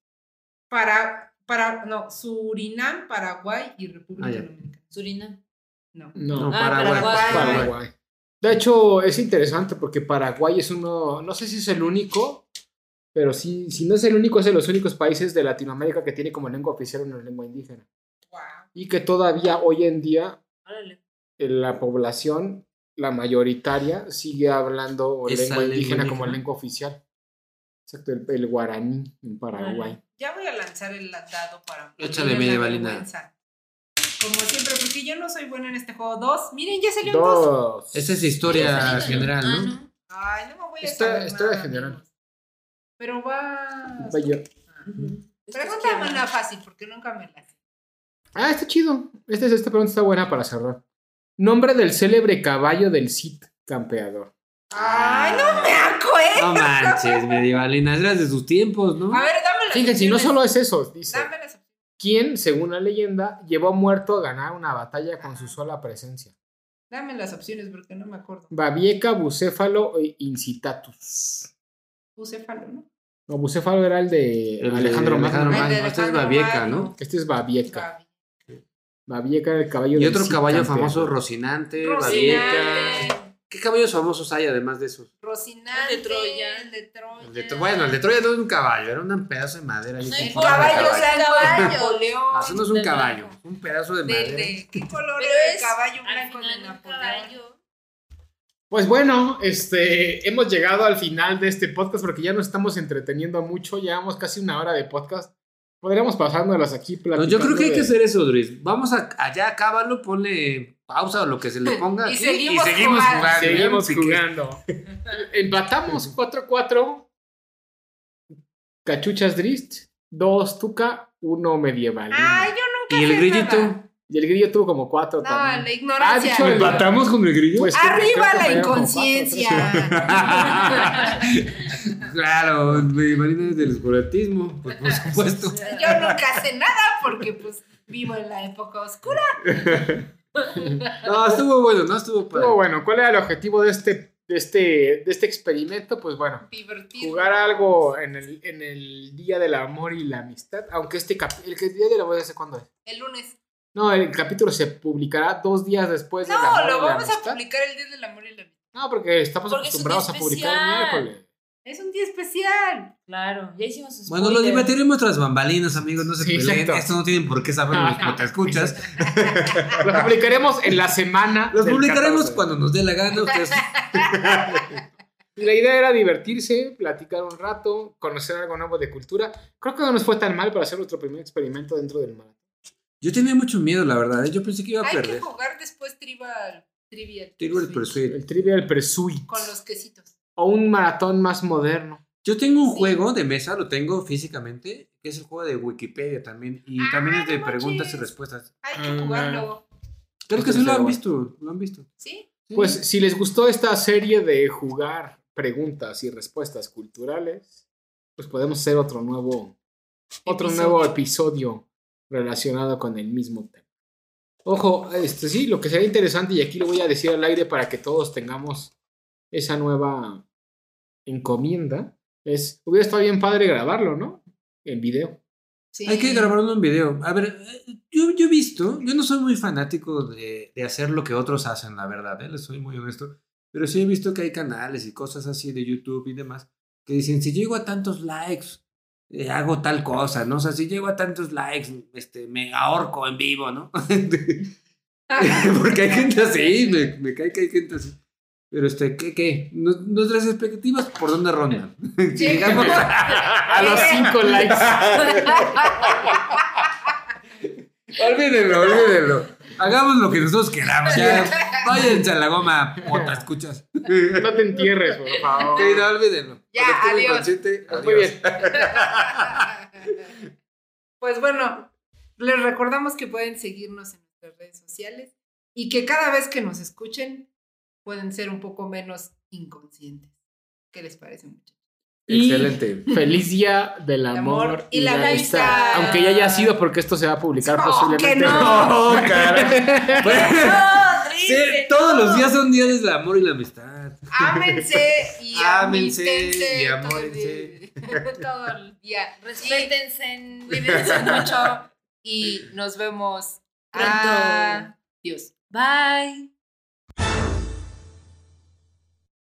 A: Para, para, no, Surinam, Paraguay y República
C: Ah, ya.
A: Dominicana.
E: Surina.
A: No.
D: No,
C: No,
E: Ah,
C: Paraguay.
E: Paraguay.
C: Paraguay.
D: Paraguay. De hecho, es interesante porque Paraguay es uno, no sé si es el único, pero sí, si no es el único, es de los únicos países de Latinoamérica que tiene como lengua oficial una lengua indígena.
A: Guau.
D: Y que todavía hoy en día
E: Órale.
D: eh, la población, la mayoritaria, sigue hablando
C: Esa
D: lengua
C: lengua
D: indígena como
C: indígena.
D: lengua oficial. Exacto, el, el guaraní en Paraguay.
A: Ya voy a lanzar el dado para.
C: Échale,
A: tener
C: media
A: la
C: valina.
A: vergüenza. Como siempre, porque yo no soy buena en este juego. Dos, miren, ya salió dos.
D: Dos.
C: Esa es historia
E: Surina.
C: general,
E: Ah,
C: ¿no?
A: Ay, no me voy a
D: Está-
A: saber
D: está
A: nada,
D: de general.
A: amigos. Pero va.
D: Vaya.
E: Ujú.
A: Pregúntame una fácil, porque nunca me la sé.
D: Ah, está chido. Esta, esta pregunta está buena para cerrar. Nombre del célebre caballo del Cid campeador.
A: Ay, Ah, no me acuerdo.
C: Ah, No manches, medievalinas, eras de sus tiempos, ¿no?
A: A ver, dame las
D: Fíjense, no
A: opciones.
D: solo es eso, dice.
A: Dame las opciones.
D: ¿Quién, según la leyenda, llevó muerto a ganar una batalla con su sola presencia?
A: Dame las opciones, porque no me acuerdo.
D: Babieca, Bucéfalo e Incitatus.
A: Bucéfalo, ¿no?
D: No, Bucéfalo era el de
C: El de
D: Alejandro Magno.
C: Eh, Alejandro
D: ¿no?
A: El de
C: Magno, esta es
A: Alejandro
C: Babieca,
A: Magno.
C: ¿no?
D: Este es Babieca.
A: Gaby.
D: Babieca era el caballo
C: Y
D: del
C: otro
D: Cid
C: caballo
D: campeador.
C: famoso, Rocinante,
A: Rocinante.
C: Babieca. ¿Qué caballos famosos hay además de esos?
A: Rocinante.
E: El de Troya.
A: El de Troya.
C: El de Tro- bueno, el de Troya no es un caballo, era un pedazo de madera. ahí
E: No
C: con
E: importa,
C: forma de
A: Caballo
E: caballo.
A: blanco de
E: Caballo.
A: Napoleón.
C: Ah, Eso no es un
E: de
C: caballo,
E: blanco.
C: un pedazo de
A: De-
C: madera.
A: de- ¿Qué color
E: Pero
A: era el
E: es,
A: caballo
E: al
A: blanco de
E: final, un
A: Napoleón?
E: caballo.
D: Pues bueno, este, hemos llegado al final de este podcast porque ya nos estamos entreteniendo mucho, llevamos casi una hora de podcast. Podríamos pasándolas aquí
C: No, yo creo que hay que
D: de-
C: hacer eso, Dries. Vamos a, allá, acábalo, ponle pausa o lo que se le ponga.
A: Y
C: aquí,
A: seguimos jugando.
C: jugando.
D: Seguimos
C: Sí.
D: jugando. Empatamos 4-4. Cachuchas Drist, 2 Tuca, 1 Medieval.
A: Ay, yo nunca
C: Y
A: sé
C: el grillito.
A: nada.
D: Y el grillo tuvo como 4
A: No,
D: también.
A: la
D: Ah,
A: ignorancia.
D: dicho el-
C: ¿Empatamos con el grillo?
D: Pues, creo
A: Arriba
D: que
A: la
D: fue como
A: inconsciencia.
D: cuatro,
C: claro, me imagino desde el oscurantismo, pues, por supuesto.
A: Yo nunca sé nada porque pues vivo en la época oscura.
C: No, estuvo bueno, no estuvo padre.
D: Pero Pues, bueno, ¿cuál era el objetivo de este, de este, de este experimento? Pues bueno,
A: Divertido.
D: jugar algo en el, en el Día del Amor y la Amistad. Aunque este cap- el que- Día del Amor, ¿hace cuándo es?
A: El lunes.
D: No, el capítulo se publicará dos días después del
A: No,
D: Amor y
A: lo
D: la
A: vamos a
D: Amistad.
A: publicar el Día del Amor y la Amistad.
D: No, porque estamos
E: Porque es un día
D: acostumbrados a publicar
E: especial.
D: el miércoles.
A: Es un día especial.
E: Claro, ya hicimos sus
C: Bueno, lo divertiremos tras bambalinas, amigos, no se
D: Sí,
C: peleen.
D: exacto.
C: Esto no tienen por qué saberlo los escuchas.
D: Los publicaremos en la semana.
C: Los
D: del
C: publicaremos
D: 14.
C: cuando nos dé la gana. Ustedes
D: Y La idea era divertirse, platicar un rato, conocer algo nuevo de cultura. Creo que no nos fue tan mal para hacer nuestro primer experimento dentro del mar.
C: Yo tenía mucho miedo, la verdad. ¿eh? Yo pensé que iba a
A: Hay que
C: perder.
A: jugar después trivial. Trivial.
C: Tengo el
A: Pursuit
C: Pursuit.
D: El Trivial Pursuit.
A: Con los quesitos.
D: O un maratón más moderno.
C: Yo tengo un
A: Sí.
C: juego de mesa, lo tengo físicamente, que es el juego de Wikipedia también. Y
A: Ah,
C: también es de
A: no
C: preguntas y
A: manches.
C: respuestas.
A: Hay
D: Ah,
A: que jugarlo.
C: Creo que
D: Este
C: sí lo
D: será
C: han
D: bueno.
C: visto. Lo han visto.
A: ¿Sí?
C: Sí.
D: Pues si les gustó esta serie de jugar preguntas y respuestas culturales, pues podemos hacer otro nuevo, otro
A: Episodio.
D: nuevo episodio relacionado con el mismo tema. Ojo, este sí, lo que sería interesante, y aquí lo voy a decir al aire para que todos tengamos esa nueva encomienda, es, hubiera estado bien padre grabarlo, ¿no? En video.
A: Sí.
C: Hay que grabarlo en video. A ver, eh, yo, yo he visto, yo no soy muy fanático de, de hacer lo que otros hacen, la verdad, ¿eh? les soy muy honesto. Pero sí he visto que hay canales y cosas así de YouTube y demás que dicen, si llego a tantos likes, eh, hago tal cosa, ¿no? O sea, si llego a tantos likes, este, me ahorco en vivo, ¿no? Porque hay gente así, me, me cae que hay gente así. Pero este, ¿qué? qué? Nu- Nuestras expectativas, ¿por dónde rondan? Llegamos
D: A los 5 likes.
C: Olvídenlo, olvídenlo. Hagamos lo que nosotros queramos. Ya, váyanse a la goma, puta, escuchas. Sí,
D: No te entierres, por favor.
C: no, olvídenlo.
A: Ya,
C: Colectivo
A: adiós.
C: inconsciente,
D: Muy
C: adiós.
D: bien.
A: Pues bueno, les recordamos que pueden seguirnos en nuestras redes sociales y que cada vez que nos escuchen pueden ser un poco menos inconscientes. ¿Qué les parece mucho?
D: Y-
C: Excelente.
D: Feliz día del amor,
A: amor y la amistad.
D: Aunque ya haya sido porque esto se va a publicar
A: ¡Oh,
D: posiblemente.
A: que no!
E: ¡No,
C: Sí,
E: triste,
C: todos
E: no!
C: los días son días del amor y la amistad.
A: Ámense y
C: Ámense
A: amístense
C: y
A: todo el
C: amórense.
A: día- Todo el día.
G: Respétense.
A: Cuídense mucho y nos vemos
E: Pronto.
A: Adiós.
E: Bye.